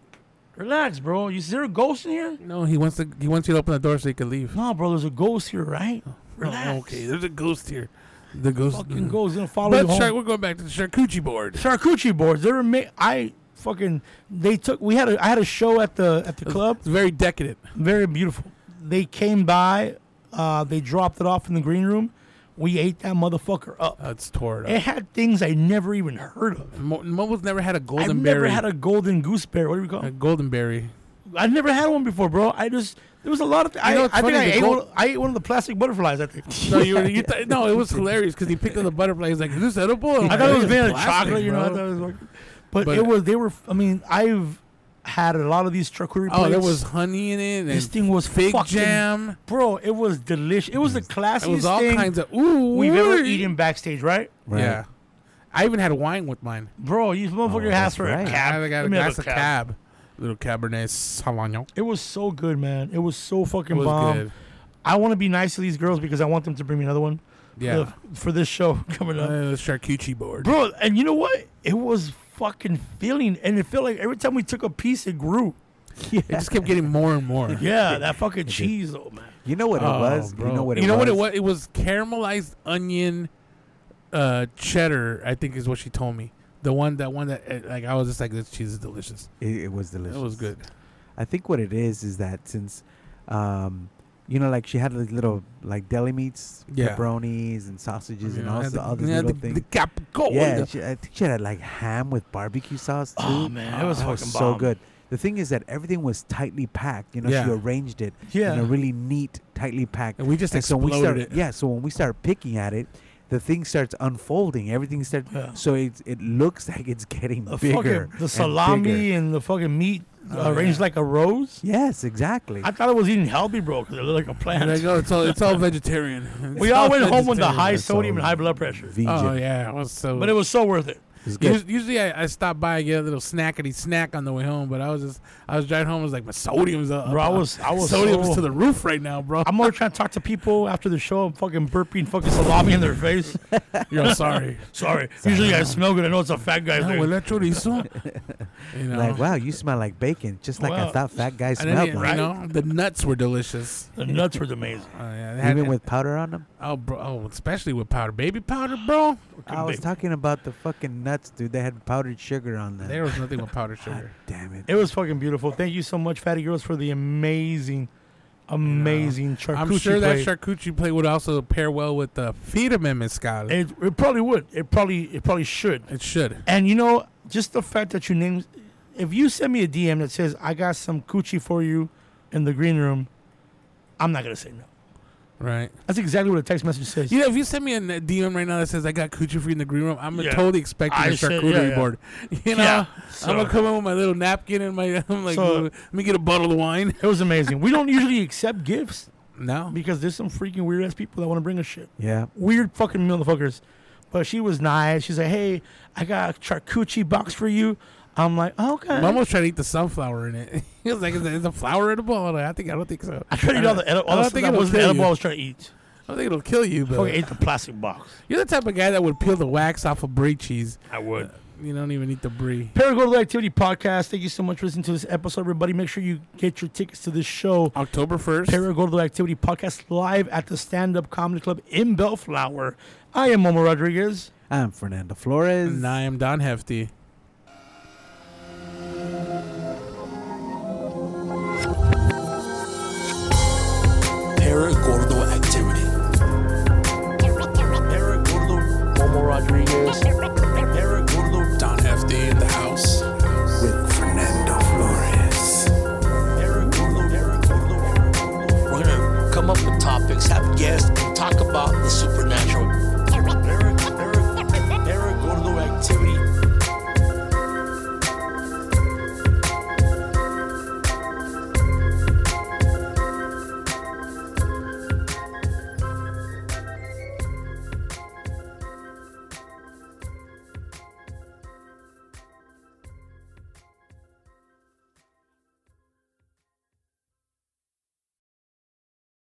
Relax, bro. You is there a ghost in here? no, he wants to. He wants you to open the door so he can leave. No, bro. There's a ghost here, right? Relax. Oh, okay, there's a ghost here. The ghost. Fucking ghost gonna follow But you home. char- we're going back to the charcuterie board. charcuterie boards. They're ama- I fucking. They took. We had a. I had a show at the at the club. It's very decadent. Very beautiful. They came by. Uh, they dropped it off in the green room. We ate that motherfucker up. Uh, it's tore it It up. had had things I never even heard of. Mo- Momo's never had a golden I've berry. never had a golden gooseberry. What do we call a it? golden berry. I've never had one before, bro. I just there was a lot of. Th- You know, I, it's I think funny, I the ate, gold- one, I ate one of the plastic butterflies. I think. No, you were, you th- no, it was hilarious because he picked up the butterfly. He's like, "Is this edible?" I'm I like, thought it was "It's made of plastic, chocolate, you know. I bro." thought it was like- but, But- it was. They were. I mean, I've had a lot of these charcuterie. Oh, there plates. was honey in it and This thing was fig fucking- jam. bro. It was delicious. It was the classiest It was all thing kinds of ooh. we've ever wee. eaten backstage, right, Right. Yeah, I even had wine with mine. bro? You motherfucker Oh, asked that's for right. a cab. I got Let a me have glass of cab. Little Cabernet Sauvignon. It was so good, man. It was so It fucking was bomb. good. I want to be nice to these girls because I want them to bring me another one. Yeah. uh, for this show coming Uh, up, the charcuterie board. bro. And you know what? It was fucking feeling, and it felt like every time we took a piece, it grew. It just kept getting more and more. Yeah, that fucking cheese, though, man. You know what it Oh, was. bro. You know what it you know was. what it was? It was caramelized onion uh, cheddar. I think is what she told me. The one that one that uh, like I was just like this cheese is delicious. It, it was delicious. It was good. I think what it is is that since, um, you know, like she had like little like deli meats, Yeah. pepperonis and sausages and Yeah, all, had the, all these yeah, little the, things. The capricorn. yeah, the- she, I think she had like ham with barbecue sauce too. Oh, man, it was That fucking so bomb. good. The thing is that everything was tightly packed. You know, Yeah. she arranged it Yeah. in a really neat, tightly packed. And we just so when we exploded start, it. Yeah, so when we start picking at it, the thing starts unfolding. Everything starts. Yeah. So it it looks like it's getting The bigger. fucking the and salami bigger. and, the fucking meat Oh, arranged yeah. like a rose. Yes, exactly. I thought I was eating healthy, bro, because it looked like a There plant. you go. It's all it's all vegetarian. We It's all all went home with the vegetarian. high That's sodium all and high blood pressure, Vegan. Oh yeah, it was so. but it was so worth it. It's good. Us- Usually I, I stop by and get a little snackety snack on the way home, but I was just I was driving home. I was like, my sodium's up. Bro, I was- I was sodium's so- to the roof right now, bro. I'm over trying to talk to people after the show. I'm fucking burping fucking salami in their face. Yo, sorry. Sorry. Usually I smell good. I know it's a fat guy. Ah, thing. well, that chorizo. You know, Like wow, you smell like bacon, just like I Wow. thought fat guys and then, you smelled like. know, the nuts were delicious. The nuts were amazing. Oh, yeah, they had- Even with powder on them. oh, bro, oh, especially with powder, baby powder, bro. I was big. talking about the fucking nuts, dude. They had powdered sugar on them. There was nothing with powdered sugar. Damn it. It was fucking beautiful. Thank you so much, Fatty Girls, for the amazing, amazing charcuterie. I'm sure that plate. charcuterie plate would also pair well with the firme mezcal. It, It, it probably would. It probably it probably should. should. And you know, just the fact that you named, if you send me a DM that says I got some coochie for you in the green room, I'm not gonna say no. Right. That's exactly what a text message says. You know, if you send me a DM right now that says I got coochie free in the green room, I'm Yeah. totally expecting a I said- charcuterie yeah, yeah. board. You know, Yeah, I'm so- gonna come in with my little napkin and my I'm like, So- let me get a bottle of wine. It was amazing. we don't usually accept gifts No, because there's some freaking weird ass people that want to bring us shit. Yeah. Weird fucking motherfuckers. But she was nice. She's like, "Hey, I got a charcuterie box for you." I'm like, "Okay." Mom was trying to eat the sunflower in it. he was like, "Is it's a flower in a ball?" I think I don't think so. I tried to eat all the edible. I All don't the think stuff that it'll wasn't kill edible. you. I was trying to eat. I don't think it'll kill you, but Fucking ate the plastic box. you're the type of guy that would peel the wax off of brie cheese. I would. You don't even eat the brie. Paragordo Activity Podcast. Thank you so much for listening to this episode, everybody. Make sure you get your tickets to this show. October first. Paragordo Activity Podcast live at the Stand Up Comedy Club in Bellflower. I am Momo Rodriguez. I'm Fernando Flores. And I am Don Hefty. Paragordo activity. Paragordo, Momo Rodriguez. Paragordo, Don FD in the house with Fernando Flores. Paragordo, Paragordo. We're gonna come up with topics, have guests, talk about the supernatural.